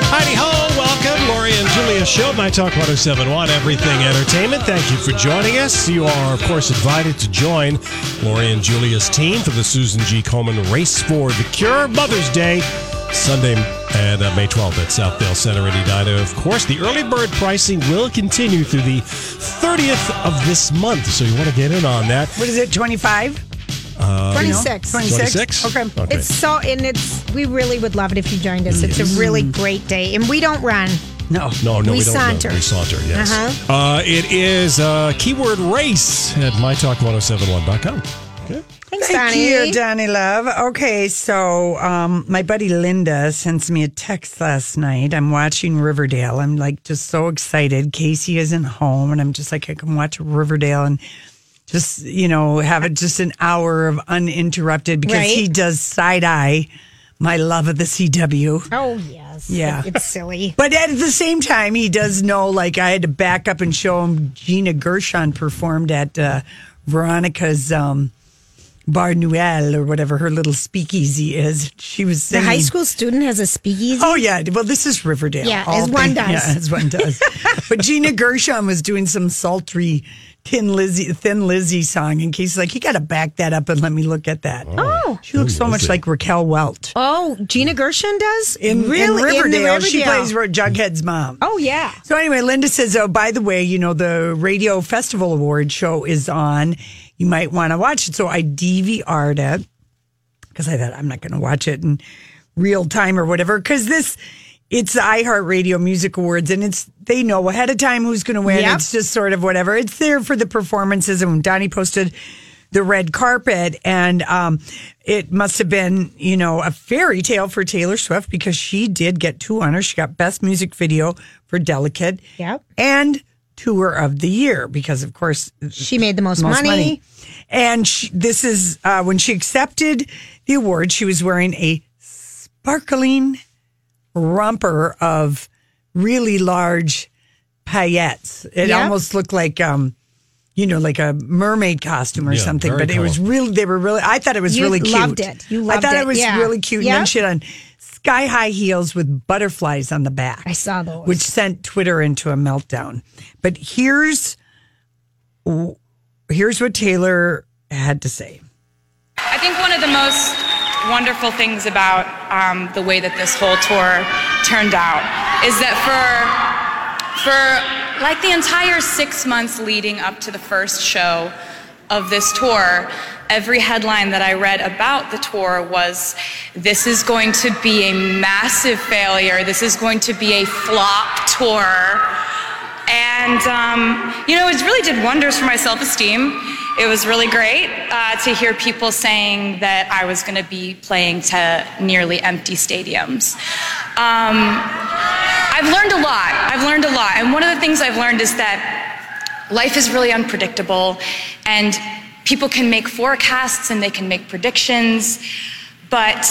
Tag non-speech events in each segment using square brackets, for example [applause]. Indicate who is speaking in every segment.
Speaker 1: Heidi Ho, welcome. Lori and Julia Show, My Talk 1071, Everything Entertainment. Thank you for joining us. You are, of course, invited to join Lori and Julia's team for the Susan G. Coleman Race for the Cure Mother's Day, Sunday and uh, May 12th at Southdale Center in Edina. Of course, the early bird pricing will continue through the 30th of this month, so you want to get in on that.
Speaker 2: What is it, 25?
Speaker 1: Uh,
Speaker 3: 26.
Speaker 1: 26?
Speaker 2: Okay.
Speaker 1: Okay.
Speaker 3: It's so, and it's, we really would love it if you joined us. It's a really great day. And we don't run.
Speaker 2: No.
Speaker 1: No, no, we,
Speaker 3: We
Speaker 1: don't.
Speaker 3: saunter.
Speaker 1: Know. We saunter, yes.
Speaker 3: Uh-huh.
Speaker 1: Uh, it is uh, keyword race at mytalk1071.com. Okay.
Speaker 3: Thanks,
Speaker 2: Thank
Speaker 3: Donnie.
Speaker 2: you, Donnie Love. Okay, so um, my buddy Linda sends me a text last night. I'm watching Riverdale. I'm like just so excited. Casey isn't home, and I'm just like, I can watch Riverdale and just, you know, have it just an hour of uninterrupted because
Speaker 3: Right.
Speaker 2: he does side eye my love of the CW.
Speaker 3: Oh, yes.
Speaker 2: Yeah.
Speaker 3: It's silly.
Speaker 2: But at the same time, he does know, like, I had to back up and show him Gina Gershon performed at uh, Veronica's um, Bar Noel or whatever her little speakeasy is. She was
Speaker 3: The
Speaker 2: singing.
Speaker 3: high school student has a speakeasy.
Speaker 2: Oh, yeah. Well, this is Riverdale.
Speaker 3: Yeah,
Speaker 2: All
Speaker 3: as one
Speaker 2: thing-
Speaker 3: does.
Speaker 2: Yeah, as one
Speaker 3: [laughs]
Speaker 2: does. but Gina Gershon was doing some sultry Thin Lizzy, Thin Lizzy song, and Casey's like, you got to back that up and let me look at that.
Speaker 3: Oh.
Speaker 2: She looks so much like Raquel Welch.
Speaker 3: Oh, Gina Gershon does?
Speaker 2: In, in
Speaker 3: Really?
Speaker 2: Riverdale,
Speaker 3: In the
Speaker 2: she
Speaker 3: Riverdale.
Speaker 2: plays Jughead's mom.
Speaker 3: Oh, yeah.
Speaker 2: So anyway, Linda says, "Oh, by the way, you know the Radio Festival Award show is on. You might want to watch it." So I DVR'd it because I thought I'm not going to watch it in real time or whatever. Because this, it's the iHeartRadio Music Awards, and it's they know ahead of time who's going to win.
Speaker 3: Yep.
Speaker 2: It's just sort of whatever. It's there for the performances, and when Donnie posted the red carpet, and um, it must have been you know a fairy tale for Taylor Swift because she did get two honors. She got Best Music Video for Delicate,
Speaker 3: Yep.
Speaker 2: and Tour of the Year because of course
Speaker 3: She made the most,
Speaker 2: most
Speaker 3: money.
Speaker 2: money. And she, this is uh, when she accepted the award. She was wearing a sparkling romper of really large paillettes. It
Speaker 3: Yeah.
Speaker 2: almost looked like, um, you know, like a mermaid costume or
Speaker 1: Yeah,
Speaker 2: something.
Speaker 1: very
Speaker 2: But it was
Speaker 1: colorful.
Speaker 2: really, they were really. I thought it was
Speaker 3: You
Speaker 2: really cute.
Speaker 3: loved it. You loved
Speaker 2: I thought it,
Speaker 3: it,
Speaker 2: was
Speaker 3: yeah.
Speaker 2: really cute. And
Speaker 3: Yeah.
Speaker 2: then she had on sky high heels with butterflies on the back.
Speaker 3: I saw those.
Speaker 2: Which sent Twitter into a meltdown. But here's here's what Taylor had to say.
Speaker 4: I think one of the most wonderful things about um, the way that this whole tour turned out is that for for like the entire six months leading up to the first show of this tour, every headline that I read about the tour was this is going to be a massive failure. This is going to be a flop tour. And, um, you know, it really did wonders for my self esteem. It was really great uh, to hear people saying that I was going to be playing to nearly empty stadiums. Um, I've learned a lot. I've learned a lot. And one of the things I've learned is that life is really unpredictable and people can make forecasts and they can make predictions, but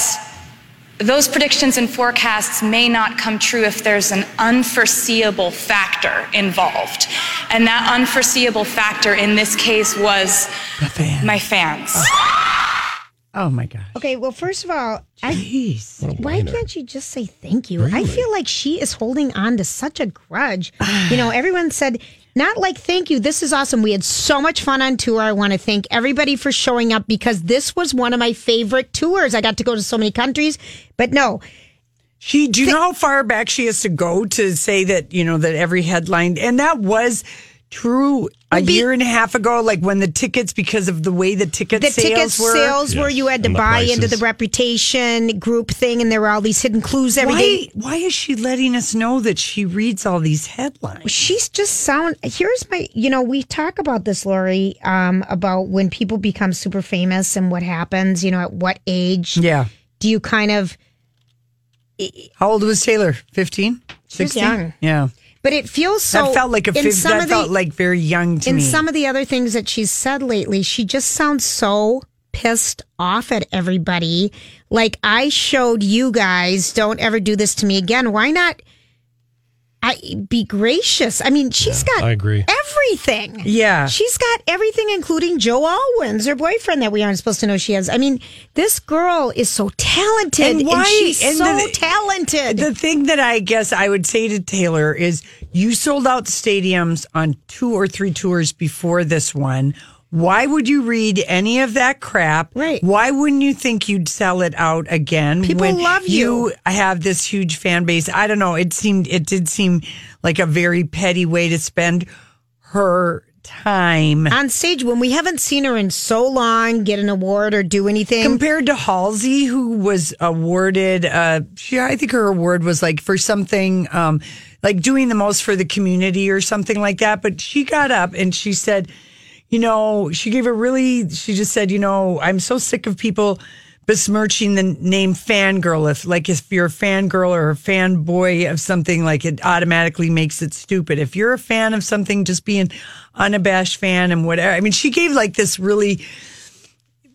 Speaker 4: those predictions and forecasts may not come true if there's an unforeseeable factor involved. And that unforeseeable factor in this case was
Speaker 2: fan.
Speaker 4: my fans.
Speaker 2: Oh my gosh.
Speaker 3: Okay, well, first of all, I,
Speaker 2: Jeez.
Speaker 3: why can't you just say thank you? I feel like she is holding on to such a grudge. you know, everyone said, not like thank you. This is awesome. We had so much fun on tour. I want to thank everybody for showing up because this was one of my favorite tours. I got to go to so many countries, but no.
Speaker 2: She, do you know how far back she has to go to say that you know that every headline and that was true a
Speaker 3: Be-
Speaker 2: year and a half ago, like when the tickets because of the way the ticket
Speaker 3: the
Speaker 2: sales
Speaker 3: ticket
Speaker 2: were.
Speaker 3: sales where
Speaker 1: Yes,
Speaker 3: you had to
Speaker 1: and the
Speaker 3: buy into the
Speaker 1: prices.
Speaker 3: reputation group thing, and there were all these hidden clues every day.
Speaker 2: Why? Why is she letting us know that she reads all these headlines?
Speaker 3: she's just sound here's my you know we talk about this lori um about when people become super famous and what happens you know at what age
Speaker 2: Yeah.
Speaker 3: do you kind of
Speaker 2: How old was Taylor? 15?
Speaker 3: was
Speaker 2: 16?
Speaker 3: young.
Speaker 2: Yeah.
Speaker 3: but it feels so
Speaker 2: that felt like a
Speaker 3: in
Speaker 2: fif-
Speaker 3: some
Speaker 2: that
Speaker 3: of the-
Speaker 2: felt like very young to
Speaker 3: in
Speaker 2: me.
Speaker 3: some of the other things that she's said lately, she just sounds so pissed off at everybody. Like I showed you guys, don't ever do this to me again. Why not? I be gracious. I mean, she's got
Speaker 1: I agree.
Speaker 3: everything.
Speaker 2: Yeah.
Speaker 3: She's got everything including Joe Alwyn's her boyfriend that we aren't supposed to know she has. I mean, this girl is so talented
Speaker 2: And
Speaker 3: and,
Speaker 2: why-
Speaker 3: she's
Speaker 2: and
Speaker 3: so
Speaker 2: the-
Speaker 3: talented.
Speaker 2: the thing that I guess I would say to Taylor is you sold out stadiums on two or three tours before this one. Why would you read any of that crap?
Speaker 3: Right.
Speaker 2: Why wouldn't you think you'd sell it out again?
Speaker 3: People love you.
Speaker 2: You have this huge fan base. I don't know. It seemed it did seem like a very petty way to spend her time
Speaker 3: on stage when we haven't seen her in so long get an award or do anything.
Speaker 2: compared to Halsey, who was awarded. Uh, she, I think her award was like for something um, like doing the most for the community or something like that. But she got up and she said, you know, she gave a really. She just said, you know, I'm so sick of people besmirching the name fangirl if like if you're a fangirl or a fanboy of something like it automatically makes it stupid if you're a fan of something just be an unabashed fan and whatever i mean she gave like this really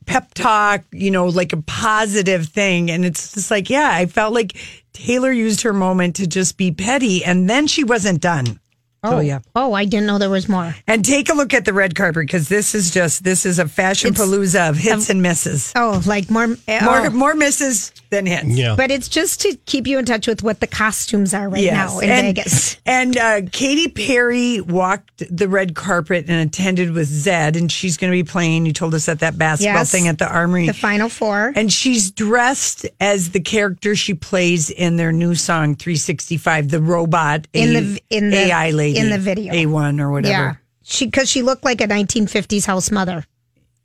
Speaker 2: pep talk, you know, like a positive thing. And it's just like, yeah, I felt like Taylor used her moment to just be petty and then she wasn't done. Oh, yeah.
Speaker 3: Oh, I didn't know there was more.
Speaker 2: And take a look at the red carpet because this is just, this is a fashion palooza of hits and misses.
Speaker 3: Oh, like more. More,
Speaker 2: More, more misses than hits.
Speaker 1: Yeah.
Speaker 3: But it's just to keep you in touch with what the costumes are right now in
Speaker 2: and, [laughs]
Speaker 3: Vegas.
Speaker 2: And uh, Katy Perry walked the red carpet and attended with Zed, and she's going to be playing. You told us at that basketball
Speaker 3: Yes.
Speaker 2: thing at the Armory.
Speaker 3: The final four.
Speaker 2: And she's dressed as the character she plays in their new song 365, the robot
Speaker 3: In
Speaker 2: A-
Speaker 3: the- in the-
Speaker 2: AI lady
Speaker 3: in the video.
Speaker 2: A1 or
Speaker 3: yeah.
Speaker 2: whatever.
Speaker 3: She because she looked like a 1950s house mother.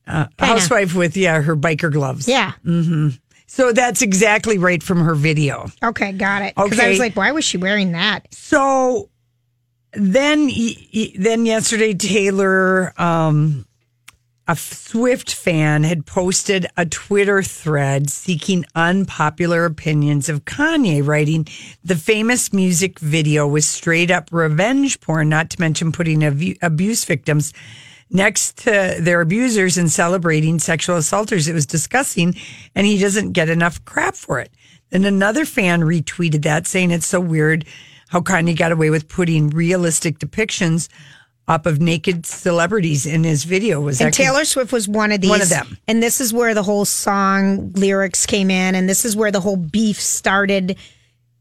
Speaker 2: Housewife with yeah, her biker gloves.
Speaker 3: Yeah.
Speaker 2: So that's exactly right from her video.
Speaker 3: Okay, got it. Because I
Speaker 2: Okay.
Speaker 3: was like, why was she wearing that?
Speaker 2: So then y- y- then yesterday Taylor um a Swift fan had posted a Twitter thread seeking unpopular opinions of Kanye, writing the famous music video was straight up revenge porn, not to mention putting abu- abuse victims next to their abusers and celebrating sexual assaulters. It was disgusting, and he doesn't get enough crap for it. Then another fan retweeted that, saying it's so weird how Kanye got away with putting realistic depictions up of naked celebrities in his video. Was
Speaker 3: And
Speaker 2: that con-
Speaker 3: Taylor Swift was one of these.
Speaker 2: One of them.
Speaker 3: And this is where the whole song lyrics came in, and this is where the whole beef started.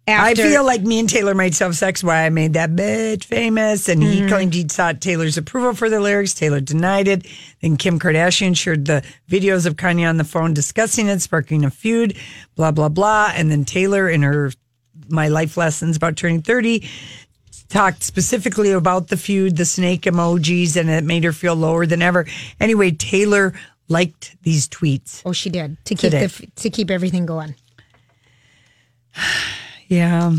Speaker 2: I
Speaker 3: After
Speaker 2: feel like me and Taylor might have sex. Why I made that bitch famous, and he claimed he sought Taylor's approval for the lyrics. Taylor denied it. Then Kim Kardashian shared the videos of Kanye on the phone discussing it, sparking a feud. Blah blah blah. And then Taylor in her "My Life Lessons" about turning thirty talked specifically about the feud, the snake emojis, and it made her feel lower than ever. Anyway, Taylor liked these tweets.
Speaker 3: oh, she did to keep
Speaker 2: Today.
Speaker 3: the, f- to keep everything going.
Speaker 2: Yeah.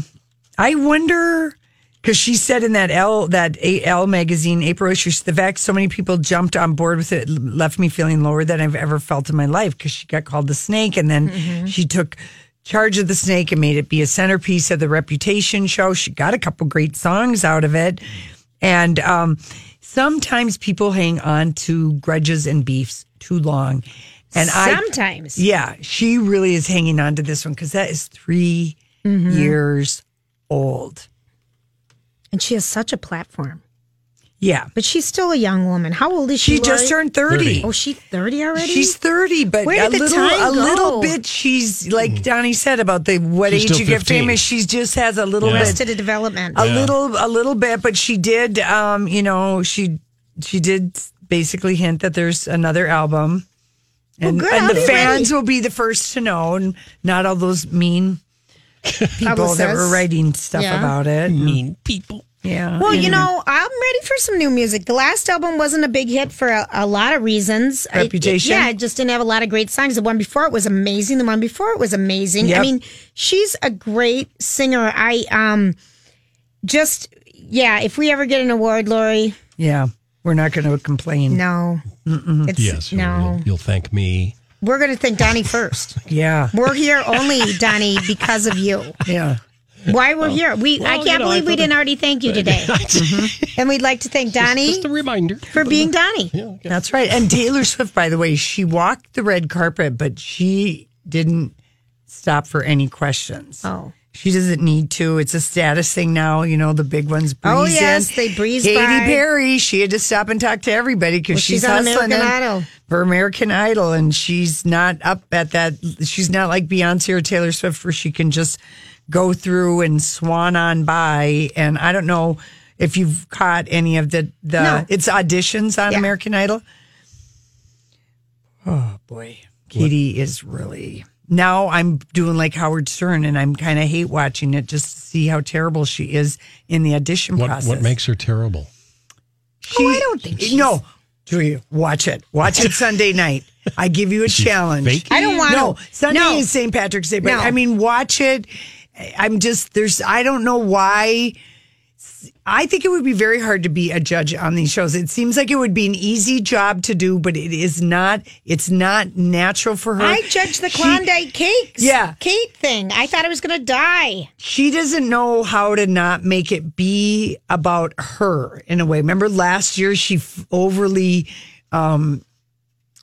Speaker 2: I wonder because she said in that L that AL magazine April issue the fact so many people jumped on board with it left me feeling lower than I've ever felt in my life because she got called the snake and then she took charge of the snake and made it be a centerpiece of the Reputation show. She got a couple great songs out of it, and um, sometimes people hang on to grudges and beefs too long. And I
Speaker 3: Sometimes.
Speaker 2: yeah, she really is hanging on to this one because that is 3
Speaker 3: Mm-hmm.
Speaker 2: years old.
Speaker 3: And she has such a platform.
Speaker 2: Yeah.
Speaker 3: But she's still a young woman. How old is she?
Speaker 2: She just
Speaker 3: Lori?
Speaker 2: turned 30.
Speaker 3: Oh, she's 30 already?
Speaker 2: She's 30, but
Speaker 3: Where
Speaker 2: a
Speaker 3: did the
Speaker 2: little a
Speaker 3: time
Speaker 2: little
Speaker 3: go?
Speaker 2: bit she's like Donnie said about the what
Speaker 1: Mm. She's
Speaker 2: age
Speaker 1: still
Speaker 2: you get
Speaker 1: 15.
Speaker 2: famous, she just has a little
Speaker 1: Yeah.
Speaker 3: Rest
Speaker 2: bit
Speaker 3: of the development.
Speaker 2: a little a little bit, but she did um, you know, she she did basically hint that there's another album. And,
Speaker 3: good,
Speaker 2: and
Speaker 3: I'll
Speaker 2: the
Speaker 3: be [laughs]
Speaker 2: fans will be the first to know and not all those mean people that were
Speaker 3: Publicists.
Speaker 2: writing stuff
Speaker 3: Yeah. Mm-hmm.
Speaker 2: about it.
Speaker 1: mean people.
Speaker 2: Yeah.
Speaker 3: Well, you know, I'm ready for some new music. The last album wasn't a big hit for a, a lot of reasons. I-
Speaker 2: Reputation?
Speaker 3: yeah, it just didn't have a lot of great songs. The one before it was amazing. The one before it was amazing. I
Speaker 2: Yep.
Speaker 3: mean, she's a great singer. I um just yeah, if we ever get an award, Lori,
Speaker 2: Yeah. We're not going to complain.
Speaker 3: no. It's
Speaker 1: Yes. you'll-
Speaker 3: no.
Speaker 1: You'll, you'll thank me.
Speaker 3: We're gonna thank Donnie first.
Speaker 2: Yeah.
Speaker 3: We're here only, Donnie, because of you.
Speaker 2: Yeah.
Speaker 3: Why we're here. We I
Speaker 1: you
Speaker 3: can't
Speaker 1: know, I
Speaker 3: believe we
Speaker 1: thought-
Speaker 3: didn't already thank
Speaker 2: [laughs]
Speaker 3: you today. And we'd like to thank Donnie
Speaker 1: Just a reminder.
Speaker 3: for being Donnie.
Speaker 2: That's right. And Taylor Swift, by the way, she walked the red carpet, but she didn't stop for any questions.
Speaker 3: Oh.
Speaker 2: She doesn't need to. It's a status thing now. You know, the big ones breeze
Speaker 3: Oh, yes,
Speaker 2: in.
Speaker 3: they breeze
Speaker 2: Katy
Speaker 3: by.
Speaker 2: Perry, she had to stop and talk to everybody because
Speaker 3: Well, she's
Speaker 2: she's,
Speaker 3: on
Speaker 2: hustling
Speaker 3: American
Speaker 2: and-
Speaker 3: Idol.
Speaker 2: for American Idol, and she's not up at that. She's not like Beyonce or Taylor Swift, where she can just go through and swan on by. And I don't know if you've caught any of the the
Speaker 3: No.
Speaker 2: it's auditions on
Speaker 3: Yeah.
Speaker 2: American Idol. Oh boy, Katie is really. Now I'm doing like Howard Stern, and I'm kind of hate watching it just to see how terrible she is in the audition
Speaker 1: What,
Speaker 2: process.
Speaker 1: what makes her terrible?
Speaker 2: She,
Speaker 3: Oh,
Speaker 2: I don't think no. Julia, watch it. Watch it Sunday night. I give you a challenge.
Speaker 1: fake?
Speaker 3: I don't want
Speaker 2: No,
Speaker 3: to.
Speaker 2: Sunday
Speaker 3: No.
Speaker 2: is St. Patrick's Day, but
Speaker 3: No.
Speaker 2: I mean, watch it. I'm just there's. I don't know why. I think it would be very hard to be a judge on these shows. It seems like it would be an easy job to do, but it is not. It's not natural for her.
Speaker 3: I judged the
Speaker 2: She-
Speaker 3: Klondike cakes.
Speaker 2: Yeah.
Speaker 3: Kate thing. I thought I was going to die.
Speaker 2: she doesn't know how to not make it be about her in a way. Remember last year she f- overly um,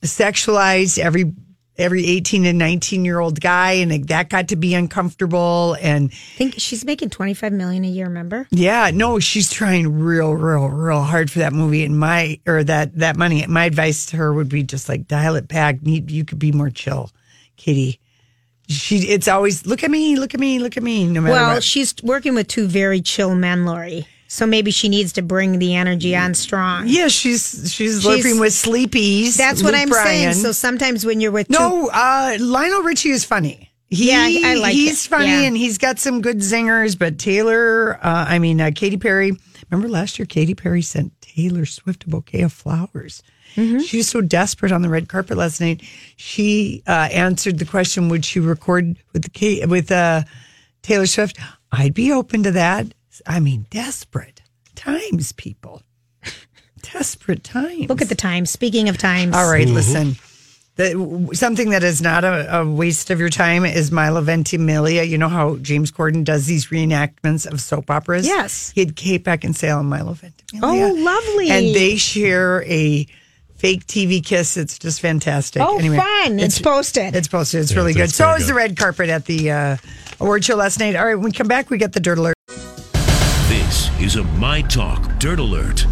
Speaker 2: sexualized every every 18 and 19 year old guy and it- that got to be uncomfortable and
Speaker 3: think she's making 25 million a year, remember?
Speaker 2: yeah no she's trying real real real hard for that movie and my or that that money my advice to her would be just like dial it back you, you could be more chill kitty she it's always look at me look at me look at me no matter
Speaker 3: Well,
Speaker 2: what.
Speaker 3: she's working with two very chill men, Lori. So maybe she needs to bring the energy on strong.
Speaker 2: Yeah, she's she's, living with sleepies.
Speaker 3: That's what
Speaker 2: Luke
Speaker 3: I'm saying.
Speaker 2: Bryan.
Speaker 3: So sometimes when you're with two
Speaker 2: no, uh, Lionel Richie is funny. He,
Speaker 3: Yeah, I- I like
Speaker 2: He's
Speaker 3: it.
Speaker 2: funny
Speaker 3: Yeah.
Speaker 2: and he's got some good singers. But Taylor, uh, I mean uh, Katy Perry. Remember last year, Katy Perry sent Taylor Swift a bouquet of flowers.
Speaker 3: Mm-hmm.
Speaker 2: She was so desperate on the red carpet last night. She uh, answered the question, "Would she record with the K- with uh, Taylor Swift?" I'd be open to that. I mean, desperate times, people. [laughs] Desperate times.
Speaker 3: look at the time. Speaking of times.
Speaker 2: All right, listen. The, w- something that is not a, a waste of your time is Milo Ventimiglia. You know how James Corden does these reenactments of soap operas?
Speaker 3: Yes.
Speaker 2: He had Kate Beckinsale and Milo Ventimiglia.
Speaker 3: Oh, lovely.
Speaker 2: And they share a fake TV kiss. It's just fantastic.
Speaker 3: Oh, fun. It's posted.
Speaker 2: It's posted. It's really good.
Speaker 1: it's
Speaker 2: So
Speaker 1: very
Speaker 2: is
Speaker 1: good.
Speaker 2: the red carpet at the uh, award show last night. All right, when we come back, we get the dirt alert.
Speaker 5: This is a My Talk Dirt Alert.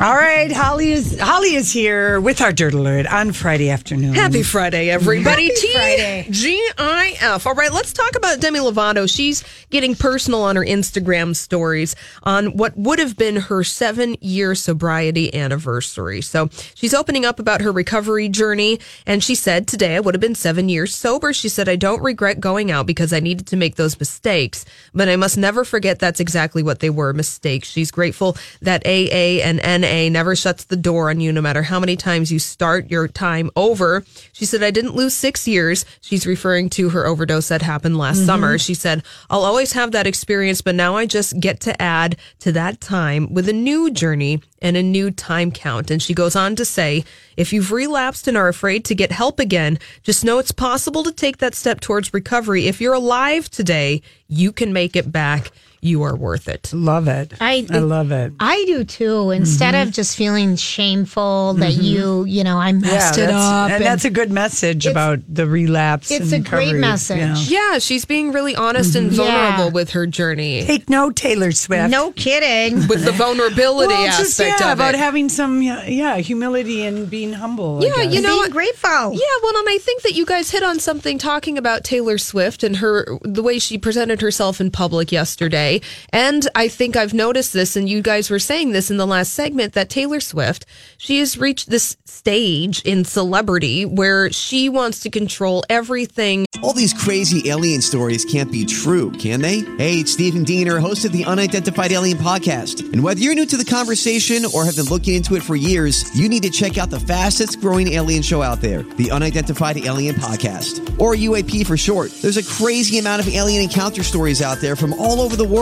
Speaker 2: All right, Holly is Holly is here with our dirt alert on Friday afternoon.
Speaker 6: Happy Friday, everybody.
Speaker 3: Happy Friday.
Speaker 6: TGIF. All right, let's talk about Demi Lovato. She's getting personal on her Instagram stories on what would have been her seven year sobriety anniversary. So she's opening up about her recovery journey. And she said, Today I would have been seven years sober. She said, I don't regret going out because I needed to make those mistakes, but I must never forget that's exactly what they were mistakes. She's grateful that AA and NA never shuts the door on you, no matter how many times you start your time over. She said, I didn't lose six years. She's referring to her overdose that happened last summer. She said, I'll always have that experience, but now I just get to add to that time with a new journey and a new time count. And she goes on to say, if you've relapsed and are afraid to get help again, just know it's possible to take that step towards recovery. If you're alive today, you can make it back. You are worth it.
Speaker 2: Love it.
Speaker 3: I-
Speaker 2: I love it.
Speaker 3: I do too. Instead
Speaker 2: Mm-hmm.
Speaker 3: of just feeling shameful that you, you know, I messed it
Speaker 2: that's,
Speaker 3: up.
Speaker 2: and, that's a good message about the relapse.
Speaker 3: it's
Speaker 2: and
Speaker 3: a great
Speaker 2: recovery,
Speaker 3: message.
Speaker 6: Yeah, she's being really honest and vulnerable
Speaker 3: Yeah.
Speaker 6: with her journey.
Speaker 2: Take no Taylor Swift.
Speaker 3: no kidding.
Speaker 2: [laughs]
Speaker 6: With the vulnerability
Speaker 2: Well, just,
Speaker 6: aspect
Speaker 2: yeah,
Speaker 6: of
Speaker 2: about
Speaker 6: it.
Speaker 2: having some yeah, yeah, humility and being humble. I
Speaker 6: Yeah, you
Speaker 2: guess.
Speaker 6: know
Speaker 3: Being
Speaker 6: what?
Speaker 3: grateful.
Speaker 6: Yeah, well, and I think that you guys hit on something talking about Taylor Swift and her the way she presented herself in public yesterday. why. And I think I've noticed this, and you guys were saying this in the last segment that Taylor Swift, she has reached this stage in celebrity where she wants to control everything.
Speaker 7: All these crazy alien stories can't be true, can they? Hey, it's Stephen Diener, host of the Unidentified Alien Podcast. And whether you're new to the conversation or have been looking into it for years, you need to check out the fastest growing alien show out there, the Unidentified Alien Podcast, or UAP for short. There's a crazy amount of alien encounter stories out there from all over the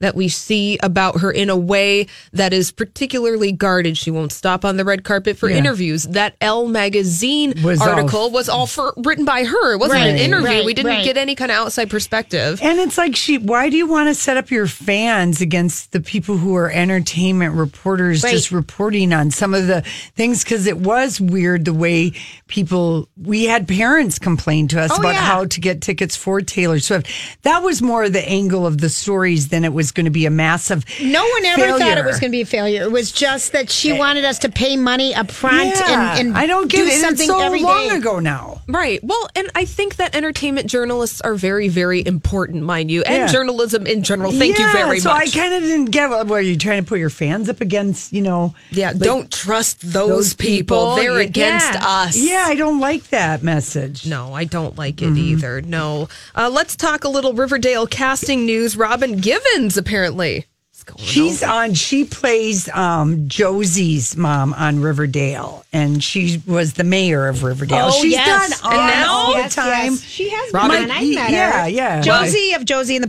Speaker 6: that we see about her in a way that is particularly guarded. She won't stop on the red carpet for interviews. That Elle magazine
Speaker 2: Was all-
Speaker 6: article was all for written by her. It wasn't an
Speaker 3: Right,
Speaker 6: interview.
Speaker 3: right,
Speaker 6: we didn't
Speaker 3: right.
Speaker 6: get any kind of outside perspective.
Speaker 2: And it's like she why do you want to set up your fans against the people who are entertainment reporters
Speaker 3: Right.
Speaker 2: just reporting on some of the things cuz it was weird the way people we had parents complain to us
Speaker 3: Oh,
Speaker 2: about
Speaker 3: yeah.
Speaker 2: how to get tickets for Taylor Swift. That was more the angle of the stories than it was going to be a massive
Speaker 3: No one ever thought it was
Speaker 2: failure. Eh.
Speaker 3: going to be a failure. It was just that she wanted us to pay money up front
Speaker 2: Yeah,
Speaker 3: and, and
Speaker 2: I don't get
Speaker 3: do
Speaker 2: it. And
Speaker 3: something
Speaker 2: it's so
Speaker 3: every day.
Speaker 2: long ago now.
Speaker 6: Right. Well, and I think that entertainment journalists are very, very important, mind you, and
Speaker 2: Yeah.
Speaker 6: journalism in general. Thank
Speaker 2: Yeah,
Speaker 6: you very
Speaker 2: so
Speaker 6: much.
Speaker 2: I kind of didn't get what were you trying to put your fans up against, you know.
Speaker 6: yeah,
Speaker 2: like-
Speaker 6: don't trust those, people. They're
Speaker 2: Yeah.
Speaker 6: against us.
Speaker 2: Yeah, Mm-hmm. I don't like that message.
Speaker 6: No, I don't like it either. No. Uh, let's talk a little Riverdale casting news. Robin Givens, apparently. What's going
Speaker 2: She's on. She plays um, Josie's mom on Riverdale, and she was the mayor of Riverdale.
Speaker 3: Oh,
Speaker 2: She's
Speaker 3: yes.
Speaker 2: done on
Speaker 6: And now-
Speaker 2: all
Speaker 3: Yes,
Speaker 2: the time.
Speaker 3: yes. She has
Speaker 6: Robin-
Speaker 3: been. on. I met
Speaker 2: Yeah,
Speaker 3: her.
Speaker 2: yeah.
Speaker 3: Josie of Josie and the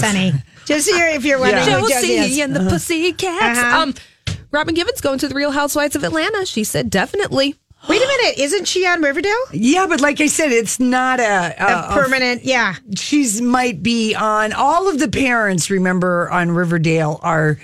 Speaker 2: Pussycats.
Speaker 3: honey. Just here if you're wondering
Speaker 6: on?
Speaker 3: who Josie
Speaker 6: Josie
Speaker 3: is.
Speaker 6: and the Pussycats.
Speaker 3: Uh-huh.
Speaker 6: Um, Robin Givens going to the Real Housewives of Atlanta. She said definitely.
Speaker 3: Wait a minute. Isn't she on Riverdale?
Speaker 2: Yeah, but like I said, it's not a,
Speaker 3: A
Speaker 2: a, a
Speaker 3: permanent, yeah.
Speaker 2: she's might be on all of the parents remember on Riverdale are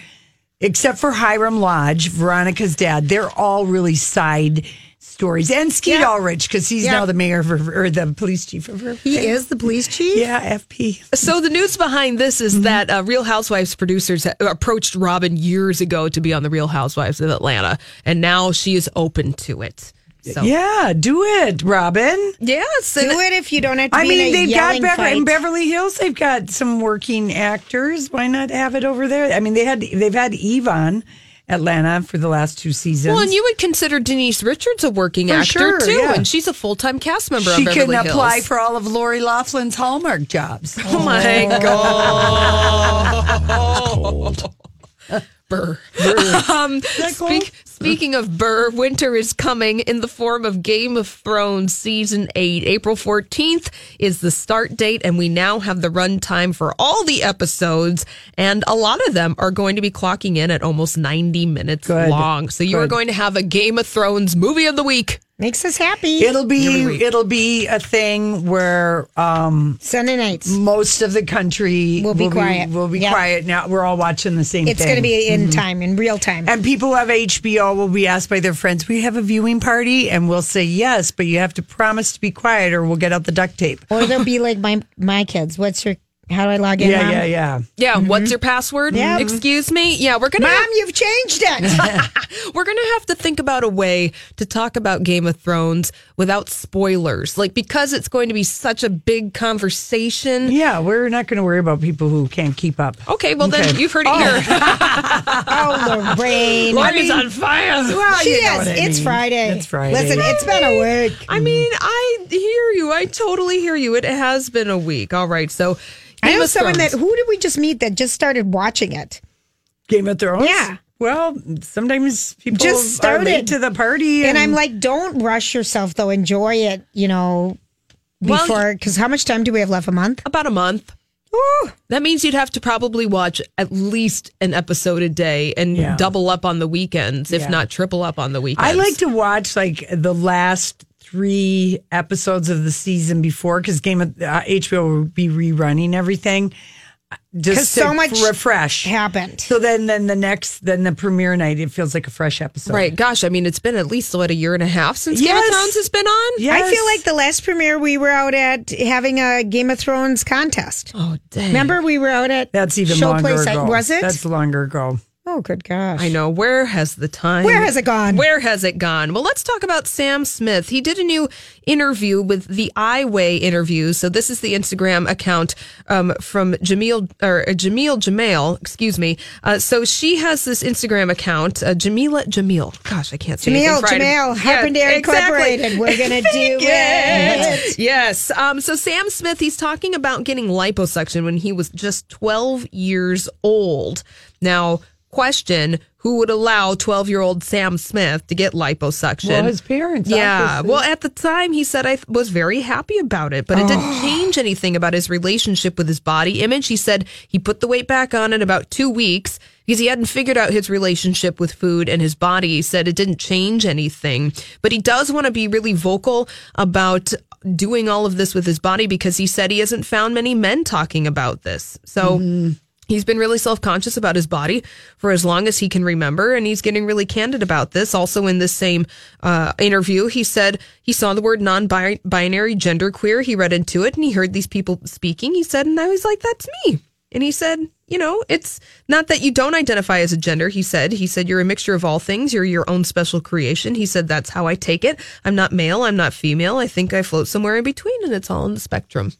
Speaker 2: except for Hiram Lodge, Veronica's dad. They're all really side stories and Skeet
Speaker 3: Yeah.
Speaker 2: Ulrich because he's
Speaker 3: Yeah.
Speaker 2: now the mayor of, River- or the police chief of River.
Speaker 3: He is the police chief.
Speaker 2: Yeah, FP.
Speaker 6: So the news behind this is
Speaker 2: Mm-hmm.
Speaker 6: that uh, Real Housewives producers ha- approached Robin years ago to be on the Real Housewives of Atlanta, and now she is open to it. So
Speaker 2: Yeah, do it, Robin.
Speaker 6: yes,
Speaker 3: Do
Speaker 6: and
Speaker 3: it if you don't have to
Speaker 2: I
Speaker 3: be in
Speaker 2: mean,
Speaker 3: a
Speaker 2: they've got
Speaker 3: yelling
Speaker 2: Beverly, in
Speaker 3: fight.
Speaker 2: Beverly Hills. They've got some working actors. Why not have it over there? I mean, they had they've had Eve on Atlanta for the last two seasons.
Speaker 6: well, and you would consider Denise Richards a working
Speaker 2: For
Speaker 6: actor
Speaker 2: sure,
Speaker 6: too,
Speaker 2: yeah.
Speaker 6: and she's a full time cast member.
Speaker 2: she
Speaker 6: of Beverly
Speaker 2: can apply
Speaker 6: Hills.
Speaker 2: for all of Lori Laughlin's Hallmark jobs.
Speaker 6: [laughs] Oh my god. Burr. [laughs] Um,
Speaker 2: that cool?
Speaker 6: speak, speaking of Burr, winter is coming in the form of Game of Thrones season eight. April fourteenth is the start date, and we now have the runtime for all the episodes. And a lot of them are going to be clocking in at almost ninety minutes
Speaker 2: Good.
Speaker 6: long. So you are
Speaker 2: Good.
Speaker 6: going to have a Game of Thrones movie of the week.
Speaker 3: Makes us happy.
Speaker 2: It'll be it'll be a thing where um,
Speaker 3: Sunday nights.
Speaker 2: most of the country
Speaker 3: We'll be quiet.
Speaker 2: We'll be
Speaker 3: Yeah.
Speaker 2: quiet now. We're all watching the same.
Speaker 3: It's
Speaker 2: thing.
Speaker 3: going to be in time, in real time.
Speaker 2: Mm-hmm. And people who have HBO will be asked by their friends, "We have a viewing party," and we'll say yes, but you have to promise to be quiet, or we'll get out the duct tape.
Speaker 3: or they'll be like my my kids. What's your? How do I log in?
Speaker 2: Yeah,
Speaker 3: mom?
Speaker 2: yeah, yeah.
Speaker 6: Yeah, what's your password?
Speaker 3: Yeah.
Speaker 6: Excuse me. Yeah, we're gonna.
Speaker 3: Mom,
Speaker 6: have-
Speaker 3: you've changed it.
Speaker 6: We're going to have to think about a way to talk about Game of Thrones without spoilers. Like, because it's going to be such a big conversation.
Speaker 2: Yeah, we're not going to worry about people who can't keep up.
Speaker 6: Okay, well, then
Speaker 2: Okay.
Speaker 6: you've heard it here.
Speaker 2: [laughs]
Speaker 3: [laughs] [laughs] oh, Lorraine.
Speaker 6: Mine is on fire.
Speaker 2: Well,
Speaker 3: she
Speaker 2: ah, you know
Speaker 3: is.
Speaker 2: what I
Speaker 3: It's
Speaker 2: mean.
Speaker 3: Friday.
Speaker 2: It's Friday.
Speaker 3: Listen, it's been a week.
Speaker 2: Mm-hmm.
Speaker 6: I mean, I hear you. I totally hear you. It has been a week. All right. So,
Speaker 3: I
Speaker 6: Game
Speaker 3: know
Speaker 6: of
Speaker 3: someone
Speaker 6: Thrones.
Speaker 3: that who did we just meet that just started watching it?
Speaker 2: Game of Thrones.
Speaker 3: Yeah.
Speaker 2: Well, sometimes people
Speaker 3: Just
Speaker 2: just
Speaker 3: started.
Speaker 2: are late to the party, and,
Speaker 3: And I'm like, don't rush yourself though. Enjoy it, you know,
Speaker 6: Well,
Speaker 3: before because how much time do we have left? A month?
Speaker 6: About a month. That means you'd have to probably watch at least an episode a day and
Speaker 2: Yeah.
Speaker 6: double up on the weekends, if
Speaker 2: Yeah.
Speaker 6: not triple up on the weekends.
Speaker 2: I like to watch like the last three episodes of the season before because Game of uh, HBO will be rerunning everything. Just
Speaker 3: 'Cause
Speaker 2: so
Speaker 3: so much
Speaker 2: refresh.
Speaker 3: happened.
Speaker 2: So then, then the next, then the premiere night, it feels like a fresh episode.
Speaker 6: Right. Gosh, I mean, it's been at least, what, a year and a half since Game
Speaker 2: Yes.
Speaker 6: of Thrones has been on?
Speaker 2: Yes.
Speaker 3: I feel like the last premiere we were out at having a Game of Thrones contest.
Speaker 6: Oh, dang.
Speaker 3: Remember we were out at
Speaker 2: that's even
Speaker 3: show
Speaker 2: longer
Speaker 3: place.
Speaker 2: ago.
Speaker 3: uh, Was it?
Speaker 2: That's longer ago.
Speaker 3: oh, good gosh!
Speaker 6: I know. Where has the time?
Speaker 3: Where has it gone?
Speaker 6: Where has it gone? Well, let's talk about Sam Smith. He did a new interview with the iWay interview. So this is the Instagram account um, from Jameel or uh, Jameel Jamail. Excuse me. Uh, so she has this Instagram account, uh, Jamila Jamil. Gosh, I can't say
Speaker 3: Jamil,
Speaker 6: anything Friday.
Speaker 3: Jamil, Harpendare oh,
Speaker 2: [laughs]
Speaker 3: Incorporated. We're gonna do
Speaker 6: Thank
Speaker 3: it.
Speaker 6: [laughs] Yes. Um, so Sam Smith, he's talking about getting liposuction when he was just 12 years old. Now, question who would allow 12 year old Sam Smith to get liposuction?
Speaker 2: Well, his parents,
Speaker 6: Yeah.
Speaker 2: obviously.
Speaker 6: Well, at the time, he said I th- was very happy about it, but it didn't change anything about his relationship with his body image. He said he put the weight back on in about two weeks because he hadn't figured out his relationship with food and his body. He said it didn't change anything, but he does want to be really vocal about doing all of this with his body because he said he hasn't found many men talking about this. So. He's been really self conscious about his body for as long as he can remember, and he's getting really candid about this. Also, in this same uh, interview, he said he saw the word non binary genderqueer. He read into it and he heard these people speaking. He said, and I was like, that's me. And he said, you know, it's not that you don't identify as a gender. He said, he said, you're a mixture of all things. You're your own special creation. He said, that's how I take it. I'm not male. I'm not female. I think I float somewhere in between, and it's all in the spectrum.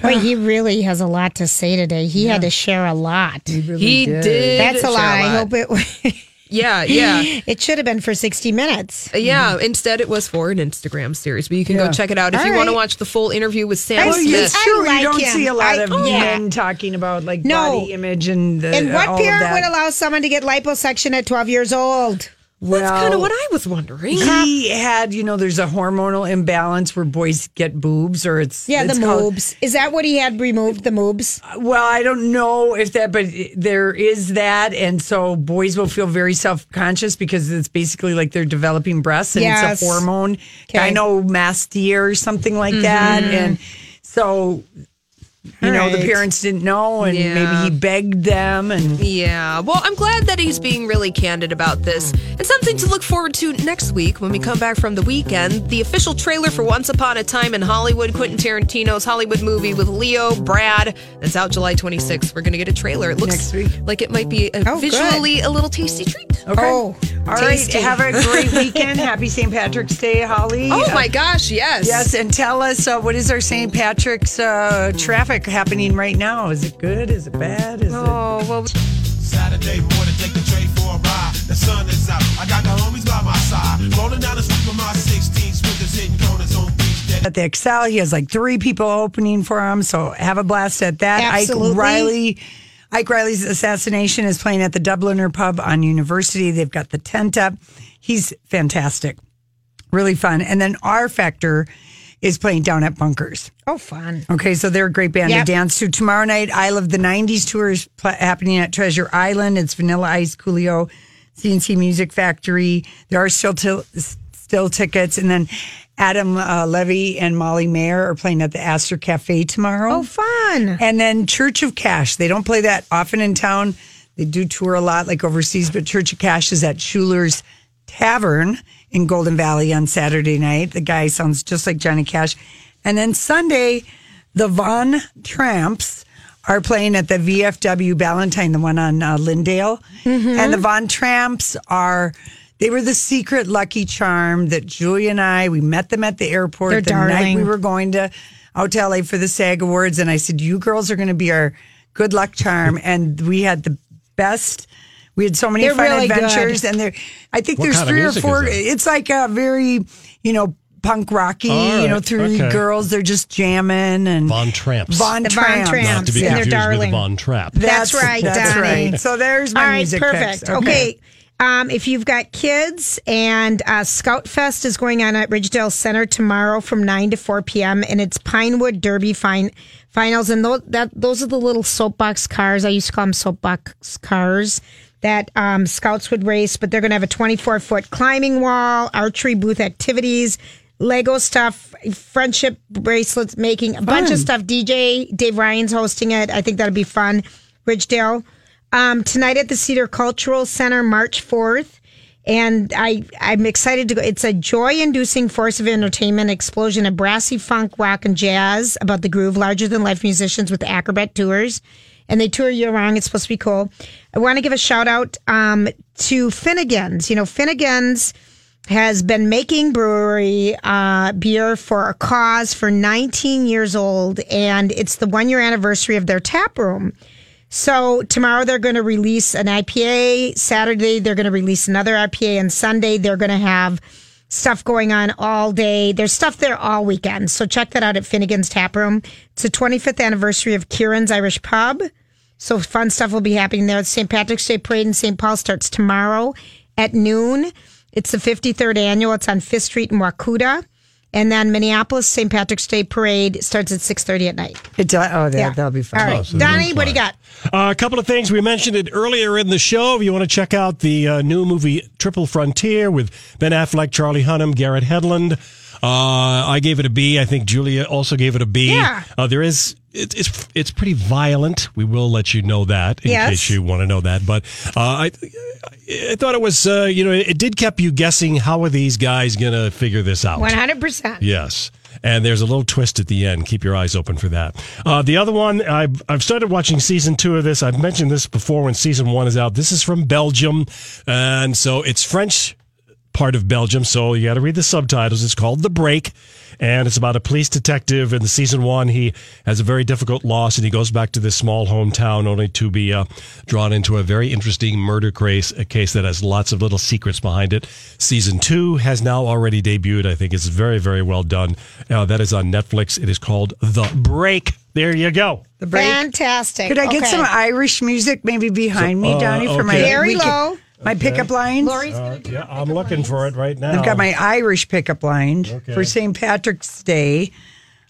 Speaker 3: Boy, he really has a lot to say today. He had to share a lot.
Speaker 6: he did.
Speaker 3: That's a
Speaker 6: share
Speaker 3: lie. I
Speaker 6: lot.
Speaker 3: hope [laughs] it.
Speaker 6: Yeah, [laughs] yeah.
Speaker 3: it should have been for sixty minutes.
Speaker 6: Yeah,
Speaker 2: Mm-hmm.
Speaker 6: instead it was for an Instagram series, but you can go check it out if
Speaker 3: All
Speaker 6: you want to
Speaker 3: right.
Speaker 6: watch the full interview with Sam
Speaker 3: Well,
Speaker 2: Well, yeah,
Speaker 6: Smith.
Speaker 3: I
Speaker 2: sure.
Speaker 3: like
Speaker 2: you don't
Speaker 3: him.
Speaker 2: see a lot
Speaker 3: I-
Speaker 2: of
Speaker 3: oh, yeah.
Speaker 2: men talking about like
Speaker 3: No.
Speaker 2: body image and the,
Speaker 3: and
Speaker 2: Uh, all
Speaker 3: what
Speaker 2: of
Speaker 3: parent
Speaker 2: that.
Speaker 3: would allow someone to get liposuction at twelve years old?
Speaker 2: Well,
Speaker 6: That's kind of what I was wondering.
Speaker 2: He had, you know, there's a hormonal imbalance where boys get boobs, or it's
Speaker 3: Yeah,
Speaker 2: it's
Speaker 3: the
Speaker 2: called-
Speaker 3: moobs. Is that what he had removed? The moobs.
Speaker 2: Well, I don't know if that, but there is that, and so boys will feel very self conscious because it's basically like they're developing breasts, and
Speaker 3: Yes.
Speaker 2: it's a hormone,
Speaker 3: Okay.
Speaker 2: gynomastia or something like that, and so. You know, the
Speaker 3: Alright.
Speaker 2: parents didn't know, and
Speaker 6: Yeah.
Speaker 2: maybe he begged them. And
Speaker 6: Yeah, well, I'm glad that he's being really candid about this. And something to look forward to next week when we come back from the weekend the official trailer for Once Upon a Time in Hollywood, Quentin Tarantino's Hollywood movie with Leo, Brad. That's out July 26th. We're going to get a trailer. It looks
Speaker 2: Next week.
Speaker 6: like it might be a,
Speaker 3: Oh, good.
Speaker 6: visually a little tasty treat.
Speaker 2: okay,
Speaker 3: Oh,
Speaker 2: all right. Have a great weekend. Happy St. Patrick's Day, Holly.
Speaker 6: Oh my gosh, yes.
Speaker 2: Yes, and tell us uh, what is our St. Patrick's uh, traffic happening right now? Is it good? Is it bad? Is it?
Speaker 6: Oh, well.
Speaker 5: Saturday morning, take the train for a ride. The sun is out. I got the homies by my side. Rolling down the street with my 16 splinters hitting corners on beach. That
Speaker 2: At the Excel, he has like three people opening for him. So have a blast at that.
Speaker 3: Absolutely.
Speaker 2: Ike Riley. Ike Riley's assassination is playing at the Dubliner pub on University. They've got the tent up. He's fantastic, really fun. And then R Factor is playing down at Bunkers.
Speaker 3: oh, fun.
Speaker 2: Okay, so they're a great band
Speaker 3: Yep.
Speaker 2: to dance to. Tomorrow night, I Love the 90s tour is pl- happening at Treasure Island. It's Vanilla Ice, Coolio, CNC Music Factory. There are still til- s- still tickets. And then Adam uh, Levy and Molly Mayer are playing at the Astor Cafe tomorrow.
Speaker 3: Oh, fun.
Speaker 2: And then Church of Cash. They don't play that often in town. They do tour a lot, like overseas, but Church of Cash is at Schuler's Tavern in Golden Valley on Saturday night. The guy sounds just like Johnny Cash. And then Sunday, the Von Tramps are playing at the VFW Ballantine, the one on uh, Lindale.
Speaker 3: Mm-hmm.
Speaker 2: And the Von Tramps are. They were the secret lucky charm that Julia and I, we met them at the airport
Speaker 3: They're
Speaker 2: the night we
Speaker 3: darling.
Speaker 2: were going to out to LA for the SAG Awards, and I said, "You girls are going to be our good luck charm."
Speaker 1: [laughs]
Speaker 2: And we had the best. We had so many
Speaker 3: They're
Speaker 2: fun
Speaker 3: really good.
Speaker 2: adventures, and there. I think
Speaker 1: What
Speaker 2: there's
Speaker 1: kind of
Speaker 2: three or
Speaker 1: music is
Speaker 2: four.
Speaker 1: it?
Speaker 2: It's like a very, you know, punk rocky.
Speaker 1: All
Speaker 2: you know,
Speaker 1: right,
Speaker 2: three
Speaker 1: okay.
Speaker 2: girls. They're just jamming and
Speaker 1: Von Tramps.
Speaker 2: Von
Speaker 3: The Von
Speaker 2: Tramps.
Speaker 3: Tramps.
Speaker 1: Not to be
Speaker 3: Yeah.
Speaker 1: confused
Speaker 3: They're
Speaker 1: with the
Speaker 3: darling.
Speaker 1: Von Trap.
Speaker 3: That's right,
Speaker 2: That's
Speaker 3: Donnie.
Speaker 2: right. So there's my
Speaker 3: All right,
Speaker 2: music. picks.
Speaker 3: perfect. Okay. Um, if you've got kids and uh, Scout Fest is going on at Ridgedale Center tomorrow from 9 to 4 p.m. and it's Pinewood Derby Fine finals. And those, that, those are the little soapbox cars. I used to call them soapbox cars that um, scouts would race, but they're going to have a 24 foot climbing wall, archery booth activities, Lego stuff, friendship bracelets making, a bunch of stuff. DJ Dave Ryan's hosting it. I think that'll be fun. Ridgedale. Um, tonight at the Cedar Cultural Center, March 4th and I I'm excited to go. It's a joy-inducing force of entertainment explosion of brassy funk, rock, and jazz about the groove, larger than life musicians with acrobat tours, and they tour year round. It's supposed to be cool. I want to give a shout out um, to Finnegan's. You know, Finnegan's has been making brewery uh, beer for a cause for 19 years old, and it's the one year anniversary of their tap room. So tomorrow they're going to release an IPA. Saturday they're going to release another IPA, and Sunday they're going to have stuff going on all day. There's stuff there all weekend. So check that out at Finnegan's Tap Room. It's the 25th anniversary of Kieran's Irish Pub. So fun stuff will be happening there. St. Patrick's Day Parade in St. Paul starts tomorrow at noon. It's the 53rd annual. It's on Fifth Street in Wakuda. And then Minneapolis St. Patrick's Day Parade starts at 6.30 at night.
Speaker 2: It do- oh, that,
Speaker 3: Yeah.
Speaker 2: that'll be fun.
Speaker 3: All right.
Speaker 1: so
Speaker 3: Donnie,
Speaker 1: there's
Speaker 3: what do you got?
Speaker 1: Uh, a couple of things we mentioned it earlier in the show. If you want to check out the uh, new movie Triple Frontier with Ben Affleck, Charlie Hunnam, Garrett Hedlund. Uh, I gave it a B. I think Julia also gave it a B.
Speaker 3: Yeah.
Speaker 1: Uh, there is it, it's it's pretty violent. We will let you know that in
Speaker 3: Yes.
Speaker 1: case you want to know that. But uh, I I thought it was uh, you know it, it did kept you guessing. How are these guys gonna figure this out?
Speaker 3: 100%.
Speaker 1: Yes. And there's a little twist at the end. Keep your eyes open for that. Uh, the other one, I've, I've started watching season two of this. I've mentioned this before when season one is out. This is from Belgium. And so it's French part of Belgium. So you got to read the subtitles. It's called The Break. And it's about a police detective. In the season one, he has a very difficult loss and he goes back to this small hometown only to be uh, drawn into a very interesting murder case, a case that has lots of little secrets behind it. Season two has now already debuted. I think it's very, very well done. Uh, that is on Netflix. It is called The Break. There you go.
Speaker 2: The break.
Speaker 3: Fantastic.
Speaker 2: Could I get
Speaker 3: Okay.
Speaker 2: some Irish music maybe behind me,
Speaker 1: uh,
Speaker 2: Donnie, for my
Speaker 1: okay.
Speaker 3: Very
Speaker 2: weekend-
Speaker 3: low.
Speaker 2: my pickup lines?
Speaker 1: Uh, Yeah, I'm looking for it right now.
Speaker 2: I've got my Irish pickup line for St. Patrick's Day.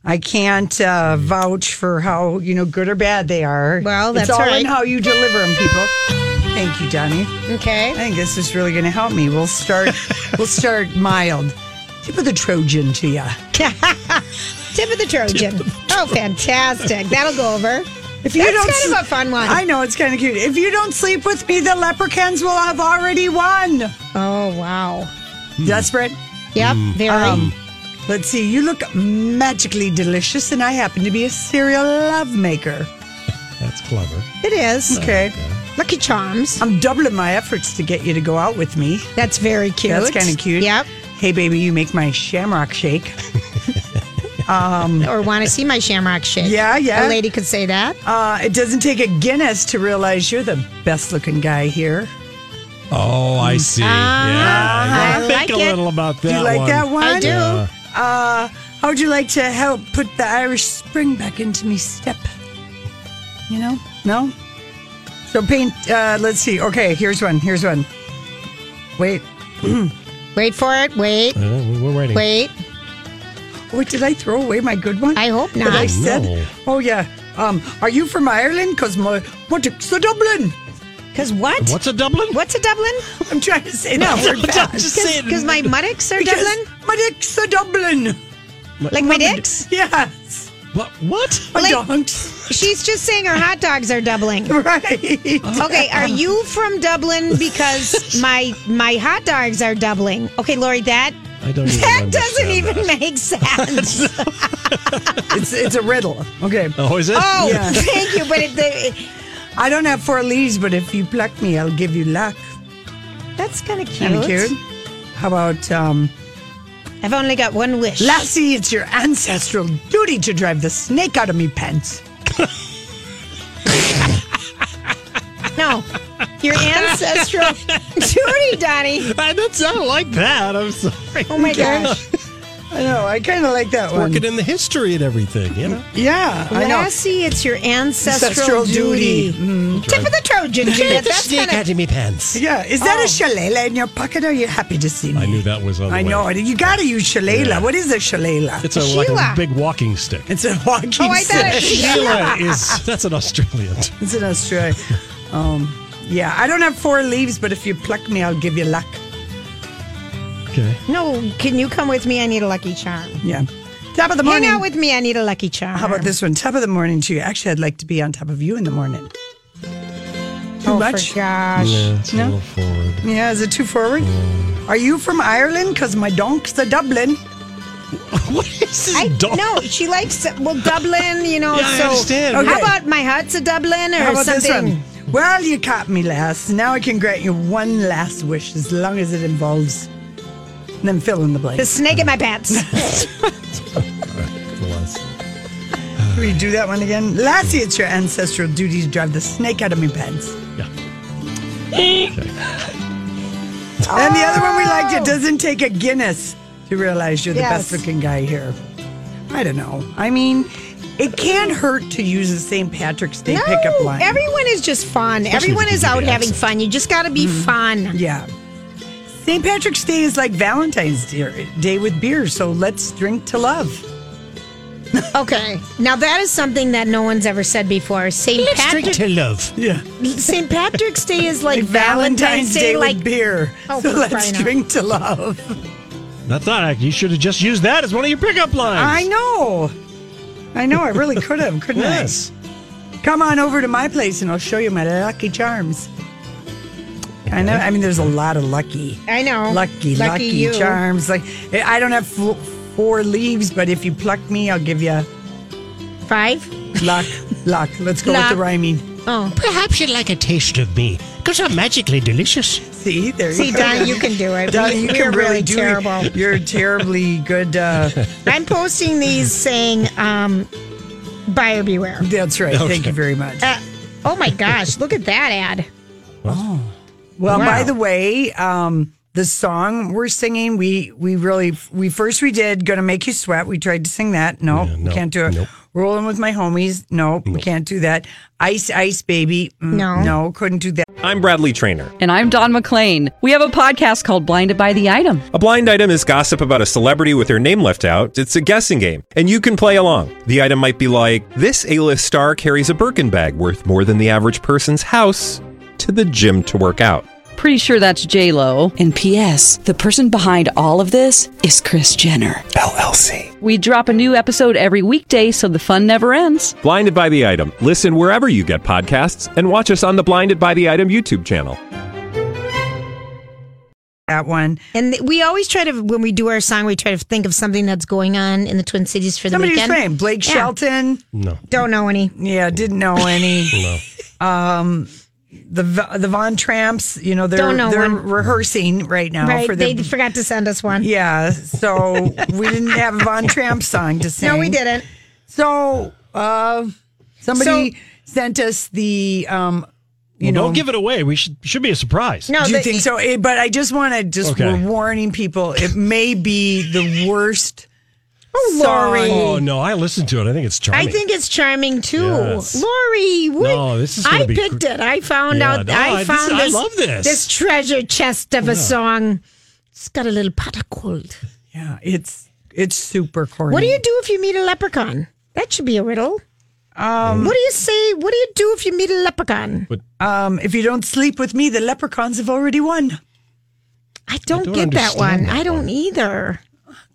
Speaker 2: I can't uh, vouch for how you know good or bad they are.
Speaker 3: Well, that's
Speaker 2: it's all
Speaker 3: right.
Speaker 2: in how you deliver them, people. Thank you, Donnie. I
Speaker 3: Oh. Okay.
Speaker 2: think this is really going to help me. We'll start. we'll start mild. Tip of the Trojan to ya.
Speaker 3: [laughs] Tip of the Trojan. Oh, fantastic. That'll go over.
Speaker 2: If
Speaker 3: That's kind of a fun one.
Speaker 2: I know it's kind of cute. If you don't sleep with me, the leprechauns will have already won.
Speaker 3: Oh, wow.
Speaker 2: Desperate.
Speaker 3: Yep. Very.
Speaker 2: Um, let's see. You look magically delicious, and I happen to be a cereal lovemaker.
Speaker 1: That's clever.
Speaker 3: it is.
Speaker 2: Okay.
Speaker 3: Lucky Charms.
Speaker 2: I'm doubling my efforts to get you to go out with me.
Speaker 3: That's very cute.
Speaker 2: That's kind of cute.
Speaker 3: Yep.
Speaker 2: Hey, baby, you make my shamrock shake.
Speaker 3: Or want to see my shamrock shake.
Speaker 2: Yeah, yeah.
Speaker 3: A lady could say that.
Speaker 2: Uh, it doesn't take a Guinness to realize you're the best looking guy here.
Speaker 1: Oh, I see. yeah.
Speaker 3: Mm. Ah, I like
Speaker 1: think a
Speaker 3: it.
Speaker 1: little about that
Speaker 2: Do you like
Speaker 1: one.
Speaker 2: that one?
Speaker 3: I do.
Speaker 2: Uh, how would you like to help put the Irish spring back into me step? You know? No? So paint, uh, let's see. Okay, here's one. Here's one. Wait.
Speaker 3: Wait for it. Wait.
Speaker 1: Uh, we- we're waiting.
Speaker 3: Wait.
Speaker 2: What Oh, did I throw away my good one?
Speaker 3: I hope
Speaker 2: That I
Speaker 3: not.
Speaker 2: said.
Speaker 1: No.
Speaker 2: Oh yeah. Um, are you from Ireland? Cause my what? It's a Dublin.
Speaker 3: Because what?
Speaker 1: What's a Dublin?
Speaker 3: What's a Dublin?
Speaker 2: I'm trying to say
Speaker 1: [laughs]
Speaker 2: no.
Speaker 3: [laughs]
Speaker 2: That word fast.
Speaker 1: Just say it.
Speaker 3: Because my muttocks are
Speaker 2: Because
Speaker 3: Dublin?
Speaker 2: My dick's a Dublin.
Speaker 3: Like my dicks?
Speaker 2: Yes.
Speaker 1: What? what?
Speaker 2: My
Speaker 3: Like-
Speaker 2: donks.
Speaker 3: She's just saying her hot dogs are
Speaker 2: [laughs]
Speaker 3: doubling. [laughs]
Speaker 2: Right.
Speaker 3: Okay, are you from Dublin? Because my my hot dogs are doubling. Okay, Lori, that
Speaker 1: I don't even
Speaker 3: that doesn't
Speaker 1: understand
Speaker 3: even
Speaker 1: that.
Speaker 3: make sense.
Speaker 2: [laughs] it's it's a riddle. Okay.
Speaker 1: Oh, is it?
Speaker 3: Oh,
Speaker 2: [laughs] Yeah.
Speaker 3: thank you. But it, the,
Speaker 2: I don't have four leaves, but if you pluck me, I'll give you luck.
Speaker 3: that's kind of cute.
Speaker 2: Kinda cute. How about um,
Speaker 3: I've only got one wish.
Speaker 2: Lassie? It's your ancestral duty to drive the snake out of me pants.
Speaker 3: No, your
Speaker 2: [laughs]
Speaker 3: ancestral duty, Donnie.
Speaker 1: I don't sound like that. I'm sorry.
Speaker 3: Oh my gosh.
Speaker 2: I know. I kind of like that one.
Speaker 1: Work it in the history and everything, you know?
Speaker 2: Yeah, I know.
Speaker 3: Lassie, it's your ancestral,
Speaker 2: Ancestral
Speaker 3: duty. Mm.
Speaker 2: duty.
Speaker 3: Tip of the Trojan, Janet. That's kind
Speaker 1: of me pants.
Speaker 2: Yeah, is that a
Speaker 3: Oh.
Speaker 2: shillelagh in your pocket? Or are you happy to see me?
Speaker 1: I knew that was on the
Speaker 2: I
Speaker 1: way.
Speaker 2: know. it. You got to use shillelagh. What is a shillelagh?
Speaker 1: It's a, like a
Speaker 3: Sheila.
Speaker 1: big walking stick.
Speaker 2: It's a walking
Speaker 3: Oh, I thought
Speaker 2: stick.
Speaker 3: it was-
Speaker 1: [laughs] Sheila is, that's an Australian.
Speaker 2: It's in Australia. Um, yeah, I don't have four leaves, but if you pluck me, I'll give you luck.
Speaker 1: Okay.
Speaker 3: of. No, can you come with me? I need a lucky charm.
Speaker 2: Yeah. Top of the
Speaker 3: Hang
Speaker 2: morning.
Speaker 3: out with me. I need a lucky charm.
Speaker 2: How about this one? Top of the morning to you. Actually, I'd like to be on top of you in the morning. Too
Speaker 3: Oh,
Speaker 2: much?
Speaker 3: for gosh.
Speaker 1: Yeah, it's a little forward.
Speaker 3: [laughs]
Speaker 2: Yeah, is it too forward? Are you from Ireland? Because my donk's a Dublin.
Speaker 1: what is this [laughs]
Speaker 3: I,
Speaker 1: dog?
Speaker 3: no, she likes well Dublin, you know.
Speaker 1: Yeah, I
Speaker 3: so
Speaker 1: understand.
Speaker 3: how
Speaker 2: Okay.
Speaker 3: about my hut's a Dublin or
Speaker 2: How about
Speaker 3: something?
Speaker 2: this one? Well, you caught me last. Now I can grant you one last wish as long as it involves. And then fill in the blank.
Speaker 3: The snake in
Speaker 2: [laughs]
Speaker 3: my pants.
Speaker 2: Can we do that one again? Lassie, it's your ancestral duty to drive the snake out of me pants.
Speaker 1: Yeah.
Speaker 2: And the other one we liked, it doesn't take a Guinness to realize you're the best
Speaker 3: Yes.
Speaker 2: looking guy here. I don't know. I mean, it can't hurt to use the St. Patrick's Day pickup line.
Speaker 3: everyone is just fun. everyone
Speaker 1: if you
Speaker 3: is
Speaker 1: do the
Speaker 3: out having
Speaker 1: accent.
Speaker 3: fun. You just got to be
Speaker 2: Mm-hmm.
Speaker 3: fun.
Speaker 2: yeah. St. Patrick's Day is like Valentine's Day day with beer, so let's drink to love.
Speaker 3: Okay, now that is something that no one's ever said before. St. Patrick,
Speaker 1: love.
Speaker 2: Yeah.
Speaker 3: St. Patrick's Day is like,
Speaker 2: Like
Speaker 3: Valentine's, Day,
Speaker 2: with
Speaker 3: like
Speaker 2: beer. [laughs]
Speaker 3: Oh,
Speaker 2: so let's
Speaker 3: Brian, no.
Speaker 2: drink to love.
Speaker 1: That's not. You should have just used that as one of your pickup
Speaker 2: I
Speaker 1: lines.
Speaker 2: know. I know. I really could have, couldn't
Speaker 1: Yes.
Speaker 2: I? Come on over to my place and I'll show you my lucky charms. I know. I mean, there's a lot of lucky,
Speaker 3: I know.
Speaker 2: lucky, lucky,
Speaker 3: Lucky you.
Speaker 2: charms. Like I don't have fl- four leaves, but if you pluck me, I'll give you
Speaker 3: five.
Speaker 2: [laughs] luck, luck. Let's go with
Speaker 3: Luck.
Speaker 2: the rhyming.
Speaker 3: Oh,
Speaker 1: Perhaps you'd like a taste of me, because I'm magically delicious.
Speaker 2: See, there
Speaker 3: see,
Speaker 2: you go.
Speaker 3: Don, you can
Speaker 2: [laughs]
Speaker 3: do it.
Speaker 2: Donna, you
Speaker 3: We're
Speaker 2: can really, do.
Speaker 3: terrible.
Speaker 2: You're terribly good. [laughs] Uh,
Speaker 3: I'm posting these saying, um, "Buyer beware."
Speaker 2: that's right. Thank you very much.
Speaker 3: Uh, oh my gosh, look at that ad.
Speaker 2: Well,
Speaker 3: Wow.
Speaker 2: by the way, um, the song we're singing, we we really we first we did "Gonna Make You Sweat." We tried to sing that. No,
Speaker 1: Yeah, no,
Speaker 2: can't do it.
Speaker 1: nope.
Speaker 2: Rolling with my homies. No, we can't do that. Ice, ice, baby. Mm,
Speaker 3: No.
Speaker 2: no, couldn't do that.
Speaker 8: I'm Bradley Trainer.
Speaker 9: And I'm Don McClain. We have a podcast called Blinded by the Item.
Speaker 8: A blind item is gossip about a celebrity with their name left out. It's a guessing game, and you can play along. The item might be like this: A-list star carries a Birkin bag worth more than the average person's house to the gym to work out.
Speaker 9: Pretty sure that's J Lo.
Speaker 10: And P.S. The person behind all of this is Chris Jenner.
Speaker 8: LLC.
Speaker 9: We drop a new episode every weekday, so the fun never ends.
Speaker 8: Blinded by the item. Listen wherever you get podcasts, and watch us on the Blinded by the Item YouTube channel.
Speaker 2: That one.
Speaker 3: And th- we always try to, when we do our song, we try to think of something that's going on in the Twin Cities for the
Speaker 2: Somebody was
Speaker 3: weekend.
Speaker 2: playing Blake
Speaker 3: Yeah.
Speaker 2: Shelton.
Speaker 1: No.
Speaker 3: Don't know any.
Speaker 2: Yeah, didn't know
Speaker 1: [laughs]
Speaker 2: any. Um,
Speaker 1: No.
Speaker 2: the Va- the Von Tramps. You know, they're
Speaker 3: Don't know
Speaker 2: they're
Speaker 3: one.
Speaker 2: rehearsing right now
Speaker 3: right?
Speaker 2: for
Speaker 3: they
Speaker 2: the.
Speaker 3: forgot to send us one.
Speaker 2: yeah, so we didn't have a Von Tramp song to sing.
Speaker 3: No, we didn't.
Speaker 2: So uh, somebody sent us the. Um,
Speaker 1: You
Speaker 2: you know,
Speaker 1: don't give it away. We should should be a surprise.
Speaker 3: No,
Speaker 2: do you
Speaker 3: Oh, the- e-
Speaker 2: think so? Eh, But I just want to just
Speaker 1: Okay.
Speaker 2: we're warning people. It may be the worst.
Speaker 3: Oh,
Speaker 2: song.
Speaker 3: Lori.
Speaker 1: Oh no, I listened to it. I think it's
Speaker 3: I
Speaker 1: charming.
Speaker 3: think it's charming too,
Speaker 1: Yes.
Speaker 3: Lori. What?
Speaker 1: No, this is gonna
Speaker 3: I
Speaker 1: be
Speaker 3: picked
Speaker 1: gr-
Speaker 3: it. I found
Speaker 1: Yeah,
Speaker 3: out.
Speaker 1: no,
Speaker 3: I
Speaker 1: this-
Speaker 3: found
Speaker 1: I
Speaker 3: this.
Speaker 1: love this.
Speaker 3: treasure chest of a song. It's got a little pot of gold.
Speaker 2: Yeah, it's it's super corny.
Speaker 3: What do you do if you meet a leprechaun? That should be a riddle. Um, what do you say? What do you do if you meet a leprechaun?
Speaker 2: Um, if you don't sleep with me, the leprechauns have already won.
Speaker 3: I don't,
Speaker 1: don't
Speaker 3: get that one.
Speaker 1: understand that
Speaker 3: I don't
Speaker 1: one.
Speaker 3: either.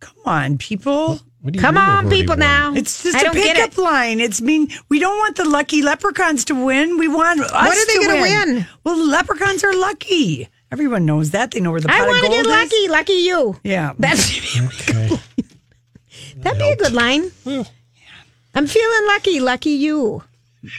Speaker 2: Come on, people.
Speaker 1: What do you
Speaker 3: Come
Speaker 1: mean
Speaker 3: on,
Speaker 1: they've already
Speaker 3: people now.
Speaker 1: won?
Speaker 2: It's just
Speaker 3: I
Speaker 2: a
Speaker 3: don't get
Speaker 2: pickup
Speaker 3: it.
Speaker 2: line. It's mean we don't want the lucky leprechauns to win. We want us
Speaker 3: are they
Speaker 2: to
Speaker 3: gonna
Speaker 2: win.
Speaker 3: win?
Speaker 2: Well, leprechauns are lucky. Everyone knows that. They know where the pot
Speaker 3: I
Speaker 2: of
Speaker 3: want to
Speaker 2: gold
Speaker 3: get
Speaker 2: is.
Speaker 3: lucky. Lucky you.
Speaker 2: Yeah.
Speaker 3: That's
Speaker 1: [laughs] Okay.
Speaker 3: that'd be a good line. I'm feeling lucky. Lucky you.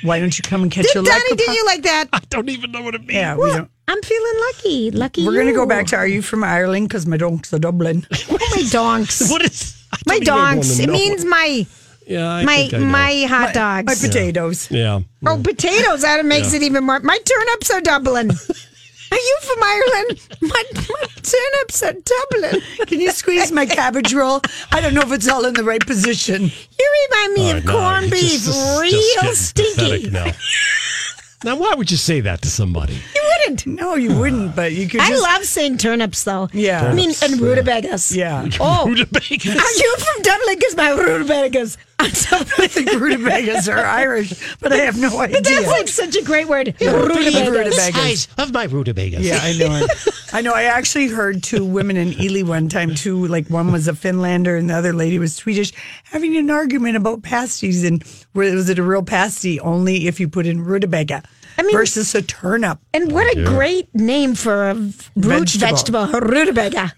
Speaker 2: Why don't you come and catch
Speaker 3: Did
Speaker 2: your
Speaker 3: Donnie do
Speaker 2: leprechaun?
Speaker 3: you like that?
Speaker 1: I don't even know what it means.
Speaker 2: yeah, we
Speaker 3: Well,
Speaker 2: don't.
Speaker 3: I'm feeling lucky. Lucky.
Speaker 2: We're going to go back
Speaker 3: you.
Speaker 2: to Are You From Ireland? Because my donk's a Dublin.
Speaker 3: Oh, my
Speaker 2: [laughs]
Speaker 3: donks.
Speaker 1: What is I
Speaker 3: my
Speaker 1: don't even wanna
Speaker 3: donks. It
Speaker 1: know.
Speaker 3: means my
Speaker 1: yeah, I
Speaker 3: my
Speaker 1: think I know.
Speaker 3: my hot
Speaker 2: My
Speaker 3: dogs.
Speaker 2: potatoes.
Speaker 1: yeah.
Speaker 2: [laughs]
Speaker 3: Oh, potatoes! That makes it even more. My turnips are doubling. Are you from Ireland? My, my turnips are Dublin.
Speaker 2: Can you squeeze
Speaker 3: [laughs]
Speaker 2: my cabbage roll? I don't know if it's all in the right position.
Speaker 3: You remind me
Speaker 2: Oh,
Speaker 3: of
Speaker 1: All right, no,
Speaker 3: corned
Speaker 1: it's
Speaker 3: beef,
Speaker 1: just- it's
Speaker 3: real
Speaker 1: just getting
Speaker 3: stinky.
Speaker 1: pathetic Now. now, why would you say that to somebody?
Speaker 3: You wouldn't.
Speaker 2: No,
Speaker 3: [sighs]
Speaker 2: you wouldn't, but you could.
Speaker 3: I
Speaker 2: just-
Speaker 3: love saying turnips though.
Speaker 2: Yeah.
Speaker 3: I mean, and rutabagas.
Speaker 2: Yeah.
Speaker 3: Oh,
Speaker 1: [laughs] Rutabagas.
Speaker 3: are you from Dublin? Because my rutabagas are
Speaker 2: [laughs] I
Speaker 3: Dublin.
Speaker 2: think rutabagas are Irish, but I have no idea.
Speaker 3: But that's like such a great word.
Speaker 2: Rutabagas.
Speaker 3: Rutabagas.
Speaker 1: Size of my rutabagas.
Speaker 2: Yeah, I know. it. [laughs] I know. I actually heard two women in Ely one time too. Like one was a Finlander and the other lady was Swedish, having an argument about pasties and where was it a real pasty only if you put in rutabaga
Speaker 3: I mean-
Speaker 2: versus a turnip.
Speaker 3: And what a great name for a v- root
Speaker 2: Vegetable.
Speaker 3: vegetable, rutabaga.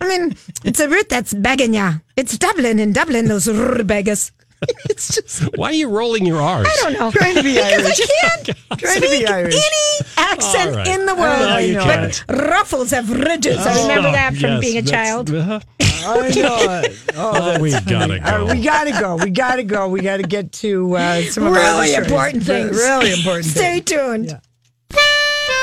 Speaker 3: I mean, it's a root that's begging ya. It's Dublin in Dublin, those rutabagas. [laughs] It's just,
Speaker 1: Why are you rolling your R's?
Speaker 3: I don't know.
Speaker 2: Trying to be
Speaker 3: because
Speaker 2: Irish.
Speaker 3: [laughs] I can't
Speaker 2: Trying to be
Speaker 3: speak
Speaker 2: Irish.
Speaker 3: any accent
Speaker 1: All right.
Speaker 3: in the
Speaker 1: I know
Speaker 3: world.
Speaker 1: you can't.
Speaker 3: but ruffles have ridges.
Speaker 2: Oh,
Speaker 1: Oh,
Speaker 3: I remember that from being a child.
Speaker 1: [laughs]
Speaker 2: I know. it.
Speaker 1: Oh, we gotta
Speaker 2: All right,
Speaker 1: go.
Speaker 2: we gotta go. We gotta go. We gotta get to uh, some of our
Speaker 3: Really
Speaker 2: listeners.
Speaker 3: important things.
Speaker 2: Really important.
Speaker 3: [laughs] Stay
Speaker 2: things.
Speaker 3: tuned.
Speaker 2: Yeah.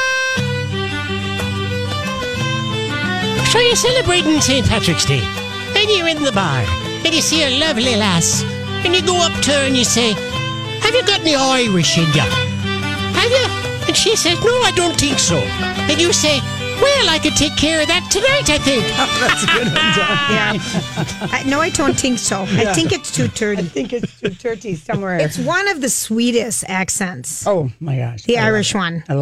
Speaker 11: So you're celebrating St. Patrick's Day, and you're in the bar, and you see a lovely lass, and you go up to her and you say, Have you got any Irish in ya? Have you? And she says, No, I don't think so. And you say, Well, I could take care of that tonight, I think.
Speaker 2: That's a good one, John.
Speaker 3: [laughs] I, no, I don't think so. I think it's too
Speaker 2: I
Speaker 3: turdy.
Speaker 2: think it's two turkey somewhere.
Speaker 3: It's one of the sweetest accents.
Speaker 2: oh my gosh.
Speaker 3: The
Speaker 2: I love
Speaker 3: Irish
Speaker 2: it.
Speaker 3: one. Oh,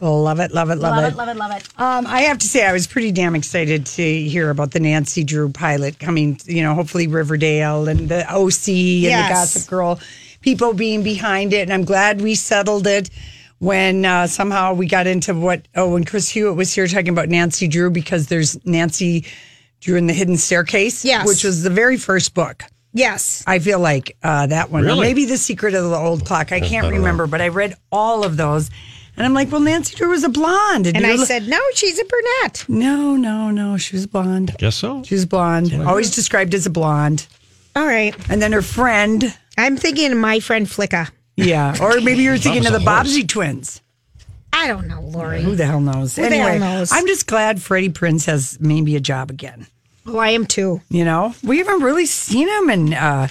Speaker 2: I love it. Love it. Love it. Love, it.
Speaker 3: it, love it.
Speaker 2: Um, I have to say, I was pretty damn excited to hear about the Nancy Drew pilot coming. You know, hopefully Riverdale and the OC and
Speaker 3: Yes.
Speaker 2: the Gossip Girl people being behind it, and I'm glad we settled it when uh, somehow we got into what. Oh, when Chris Hewitt was here talking about Nancy Drew because there's Nancy Drew in the Hidden Staircase,
Speaker 3: Yes.
Speaker 2: which was the very first book.
Speaker 3: Yes.
Speaker 2: I feel like uh, that one, or
Speaker 1: Really?
Speaker 2: maybe The Secret of the Old Clock. I can't remember, but I read all of those. And I'm like, well, Nancy Drew was a blonde.
Speaker 3: And
Speaker 2: you're
Speaker 3: I
Speaker 2: li-
Speaker 3: said, no, she's a brunette.
Speaker 2: no, no, no. She was blonde.
Speaker 1: Guess so.
Speaker 2: She was blonde. Always described as a blonde.
Speaker 3: All right.
Speaker 2: And then her friend.
Speaker 3: I'm thinking of my friend Flicka.
Speaker 2: Yeah. Or maybe you're thinking of
Speaker 1: was
Speaker 2: the
Speaker 1: a horse.
Speaker 2: Bobbsey twins.
Speaker 3: I don't know, Lori.
Speaker 2: Who the hell knows?
Speaker 3: the hell
Speaker 2: anyway,
Speaker 3: knows?
Speaker 2: I'm just glad Freddie Prince has maybe a job again.
Speaker 3: Well, Oh, I am too.
Speaker 2: You know, we haven't really seen him in uh,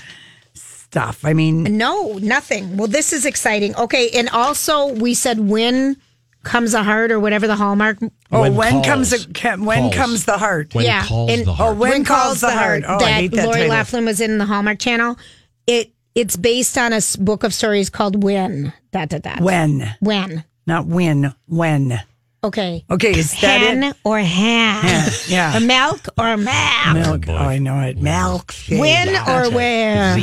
Speaker 2: stuff. I mean,
Speaker 3: No, nothing. Well, this is exciting. Okay. And also, we said when comes a heart or whatever the hallmark.
Speaker 2: oh, when,
Speaker 1: calls.
Speaker 2: comes the, ca- when
Speaker 1: Calls.
Speaker 2: comes the heart?
Speaker 1: When
Speaker 3: Yeah,
Speaker 1: calls
Speaker 3: and-
Speaker 1: the
Speaker 3: oh,
Speaker 1: heart.
Speaker 2: when calls the heart. Oh, I
Speaker 3: that
Speaker 2: hate that
Speaker 3: Lori
Speaker 2: title.
Speaker 3: Laughlin was in the Hallmark Channel. It It's based on a s- book of stories called When. Dot, dot, dot.
Speaker 2: When,
Speaker 3: When.
Speaker 2: not when, when.
Speaker 3: Okay.
Speaker 2: Okay, is that it?
Speaker 3: Hen or ham.
Speaker 2: Yeah.
Speaker 3: Or milk or milk.
Speaker 2: Milk. Oh, I know it. Milk.
Speaker 3: When or where?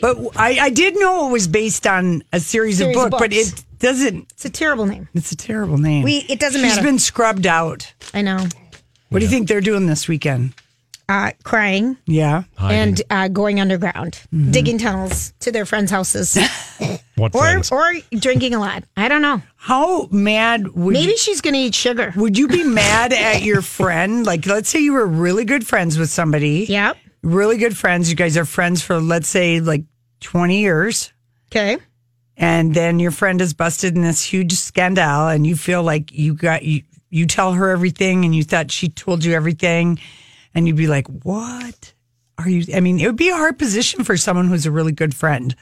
Speaker 2: But I, I did know it was based on a series,
Speaker 3: Series
Speaker 2: of
Speaker 3: of
Speaker 2: book, but
Speaker 3: books.
Speaker 2: it doesn't.
Speaker 3: It's a terrible name.
Speaker 2: It's a terrible name.
Speaker 3: We- it doesn't
Speaker 2: She's
Speaker 3: matter.
Speaker 2: been scrubbed out.
Speaker 3: I know.
Speaker 2: What do you think they're doing this weekend?
Speaker 3: Uh, crying
Speaker 2: Yeah.
Speaker 3: and uh, going underground,
Speaker 2: Mm-hmm.
Speaker 3: digging tunnels to their
Speaker 2: [laughs]
Speaker 3: friends' houses,
Speaker 1: What
Speaker 3: or
Speaker 1: friends?
Speaker 3: or drinking a lot. I don't know.
Speaker 2: How mad would
Speaker 3: Maybe
Speaker 2: you,
Speaker 3: she's gonna eat sugar.
Speaker 2: would you be mad at your friend? Like, let's say you were really good friends with somebody.
Speaker 3: Yep.
Speaker 2: Really good friends. You guys are friends for let's say like twenty years.
Speaker 3: Okay.
Speaker 2: and then your friend is busted in this huge scandal and you feel like you got you you tell her everything and you thought she told you everything and you'd be like what are you i mean it would be a hard position for someone who's a really good friend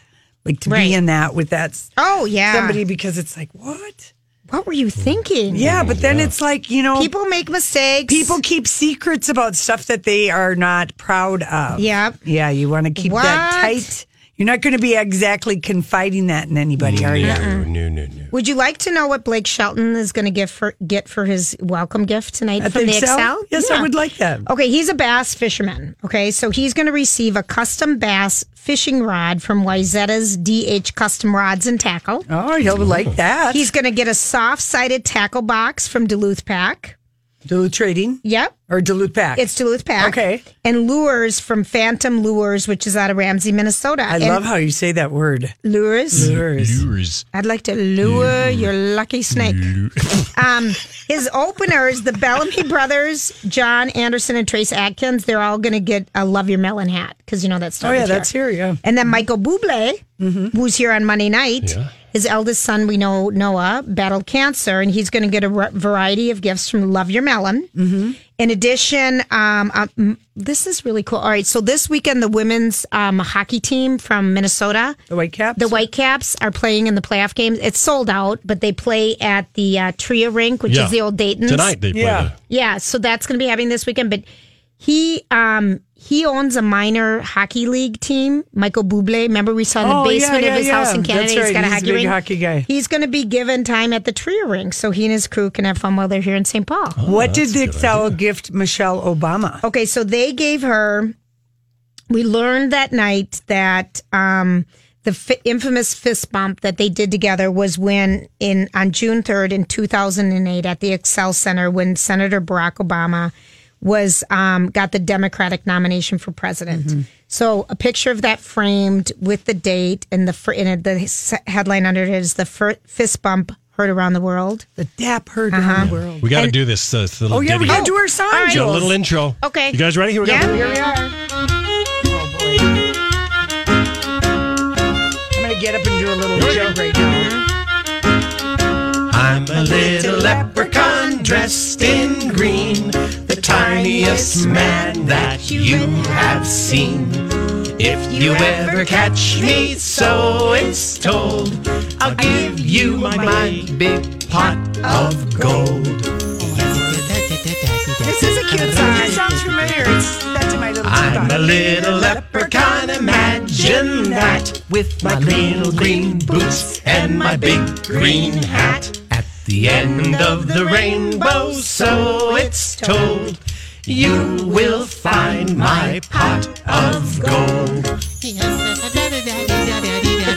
Speaker 2: like to
Speaker 3: Right.
Speaker 2: be in that with that s-
Speaker 3: Oh yeah.
Speaker 2: somebody because it's like what
Speaker 3: What were you thinking?
Speaker 2: yeah but then it's like you know people
Speaker 3: People make mistakes.
Speaker 2: people keep secrets about stuff that they are not proud of
Speaker 3: Yep.
Speaker 2: yeah you want to keep that
Speaker 3: What?
Speaker 2: tight you're not going to be exactly confiding that in anybody are you
Speaker 1: No, no, no, no.
Speaker 3: Would you like to know what Blake Shelton is gonna give for get for his welcome gift tonight from the Excel?
Speaker 2: Yes, I
Speaker 3: Yeah.
Speaker 2: would like that.
Speaker 3: Okay, he's a bass fisherman. Okay, so he's going to receive a custom bass fishing rod from Wyzetta's DH Custom Rods and Tackle.
Speaker 2: Oh, he'll like that.
Speaker 3: He's going to get a soft sided tackle box from Duluth Pack.
Speaker 2: Duluth Trading
Speaker 3: Yep,
Speaker 2: or Duluth Pack.
Speaker 3: it's Duluth Pack.
Speaker 2: Okay.
Speaker 3: And lures from Phantom Lures, which is out of Ramsey, Minnesota.
Speaker 2: I love how you say that word.
Speaker 3: lures.
Speaker 2: Lures.
Speaker 1: Lures.
Speaker 3: I'd like to lure your lucky snake. um, his openers, the Bellamy brothers, John Anderson and Trace Atkins, they're all going to get a Love Your Melon hat because you know that's
Speaker 2: Oh yeah, that's here. Yeah.
Speaker 3: And then Michael Bublé, who's here on Monday night,
Speaker 1: Yeah.
Speaker 3: His eldest son, we know Noah, battled cancer, and he's going to get a r- variety of gifts from Love Your Melon. Mm-hmm. In addition, um, um, mm, this is really cool. All right, so this weekend, the women's um, hockey team from Minnesota,
Speaker 2: the Whitecaps,
Speaker 3: the Whitecaps are playing in the playoff games. It's sold out, but they play at the uh, Tria Rink, which
Speaker 1: Yeah.
Speaker 3: is the old Dayton's
Speaker 1: Tonight they play Yeah. the-
Speaker 3: yeah, so that's going to be happening this weekend. But he um he owns a minor hockey league team. Michael Bublé. Remember we saw in the
Speaker 2: Oh, yeah,
Speaker 3: basement
Speaker 2: yeah,
Speaker 3: of his house
Speaker 2: yeah.
Speaker 3: in Canada.
Speaker 2: That's
Speaker 3: He's
Speaker 2: right.
Speaker 3: got a
Speaker 2: He's a
Speaker 3: hockey
Speaker 2: big
Speaker 3: rink.
Speaker 2: hockey guy.
Speaker 3: He's going to be given time at the Trier rink, so he and his crew can have fun while they're here in St. Paul.
Speaker 2: what did the Excel gift Michelle Obama?
Speaker 3: Okay, so they gave her. We learned that night that um, the f- infamous fist bump that they did together was when in on June third in two thousand and eight at the Excel Center when Senator Barack Obama was um, got the Democratic nomination for president.
Speaker 1: Mm-hmm.
Speaker 3: So a picture of that framed with the date and the fr- and it- the s- headline under it is the fir- fist bump heard around the world.
Speaker 2: The dap heard around the world.
Speaker 1: We got to do this, uh, little
Speaker 2: Oh yeah, we
Speaker 1: ditty.
Speaker 2: gotta do our song.
Speaker 3: Uh-huh. all right.
Speaker 1: Do a little intro.
Speaker 3: Okay.
Speaker 1: You guys ready? Here we
Speaker 3: yeah,
Speaker 1: go.
Speaker 3: here we are.
Speaker 2: I'm gonna get up and do a little joke right now.
Speaker 5: I'm a little leprechaun dressed in green, the tiniest man that you have seen. If you ever catch me, so it's told, I'll give you my big pot of gold.
Speaker 2: This is a
Speaker 3: [laughs]
Speaker 2: cute song. It sounds familiar. It's that's in my little
Speaker 5: I'm a
Speaker 2: spot.
Speaker 5: little leprechaun, imagine that, with my little green boots and my big green hat. At the end of the rainbow, so it's told, you will find my pot of gold.
Speaker 3: It's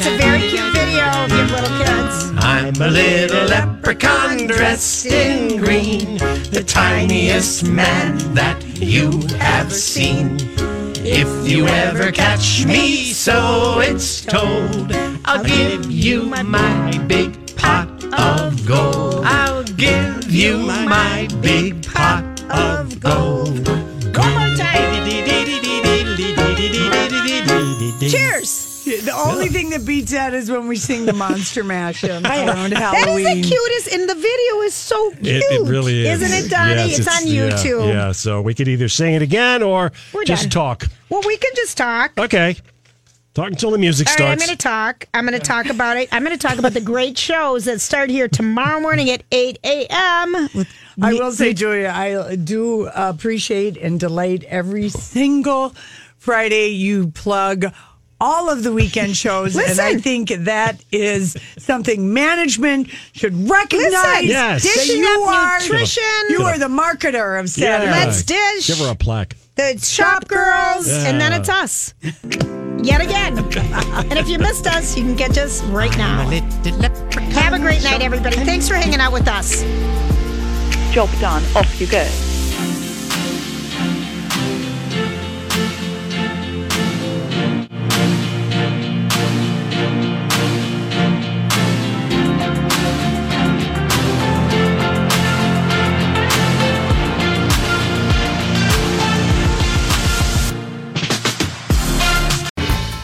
Speaker 3: a very cute video of your little kids.
Speaker 5: I'm a little leprechaun dressed in green, the tiniest man that you have seen. If you ever catch me, so it's told, I'll give you my big pot of gold. I'll give you my big pot of gold. One more time.
Speaker 2: Cheers. The only thing that beats that is when we sing the Monster Mash
Speaker 3: [laughs]
Speaker 2: around
Speaker 3: That is
Speaker 2: Halloween.
Speaker 3: the cutest, and the video is so cute.
Speaker 1: It, it really is.
Speaker 3: Isn't it, Donnie?
Speaker 1: Yes,
Speaker 3: it's, on
Speaker 1: yeah,
Speaker 3: YouTube.
Speaker 1: Yeah, so we could either sing it again or
Speaker 3: We're
Speaker 1: just
Speaker 3: done.
Speaker 1: talk.
Speaker 3: Well, we can just talk.
Speaker 1: Okay. Talk until the music
Speaker 3: All right, I'm
Speaker 1: Oh, starts.
Speaker 3: going to talk. I'm going to talk about it. I'm going to talk about the great shows that start here tomorrow morning at 8 a.m. with
Speaker 2: I will say, Julia, I do appreciate and delight every single Friday you plug all of the weekend shows. And I
Speaker 3: Listen.
Speaker 2: think that is something management should recognize.
Speaker 1: Yes.
Speaker 2: that
Speaker 3: dishing
Speaker 2: you
Speaker 3: up
Speaker 2: are,
Speaker 3: nutrition.
Speaker 2: You are the marketer of Saturday.
Speaker 3: Let's dish.
Speaker 1: Give her a plaque.
Speaker 3: the Shop Girls, and then it's us. Yet again. and if you missed us, you can catch us right now. Have a great night, everybody. Thanks for hanging out with us.
Speaker 12: Job done. Off you go.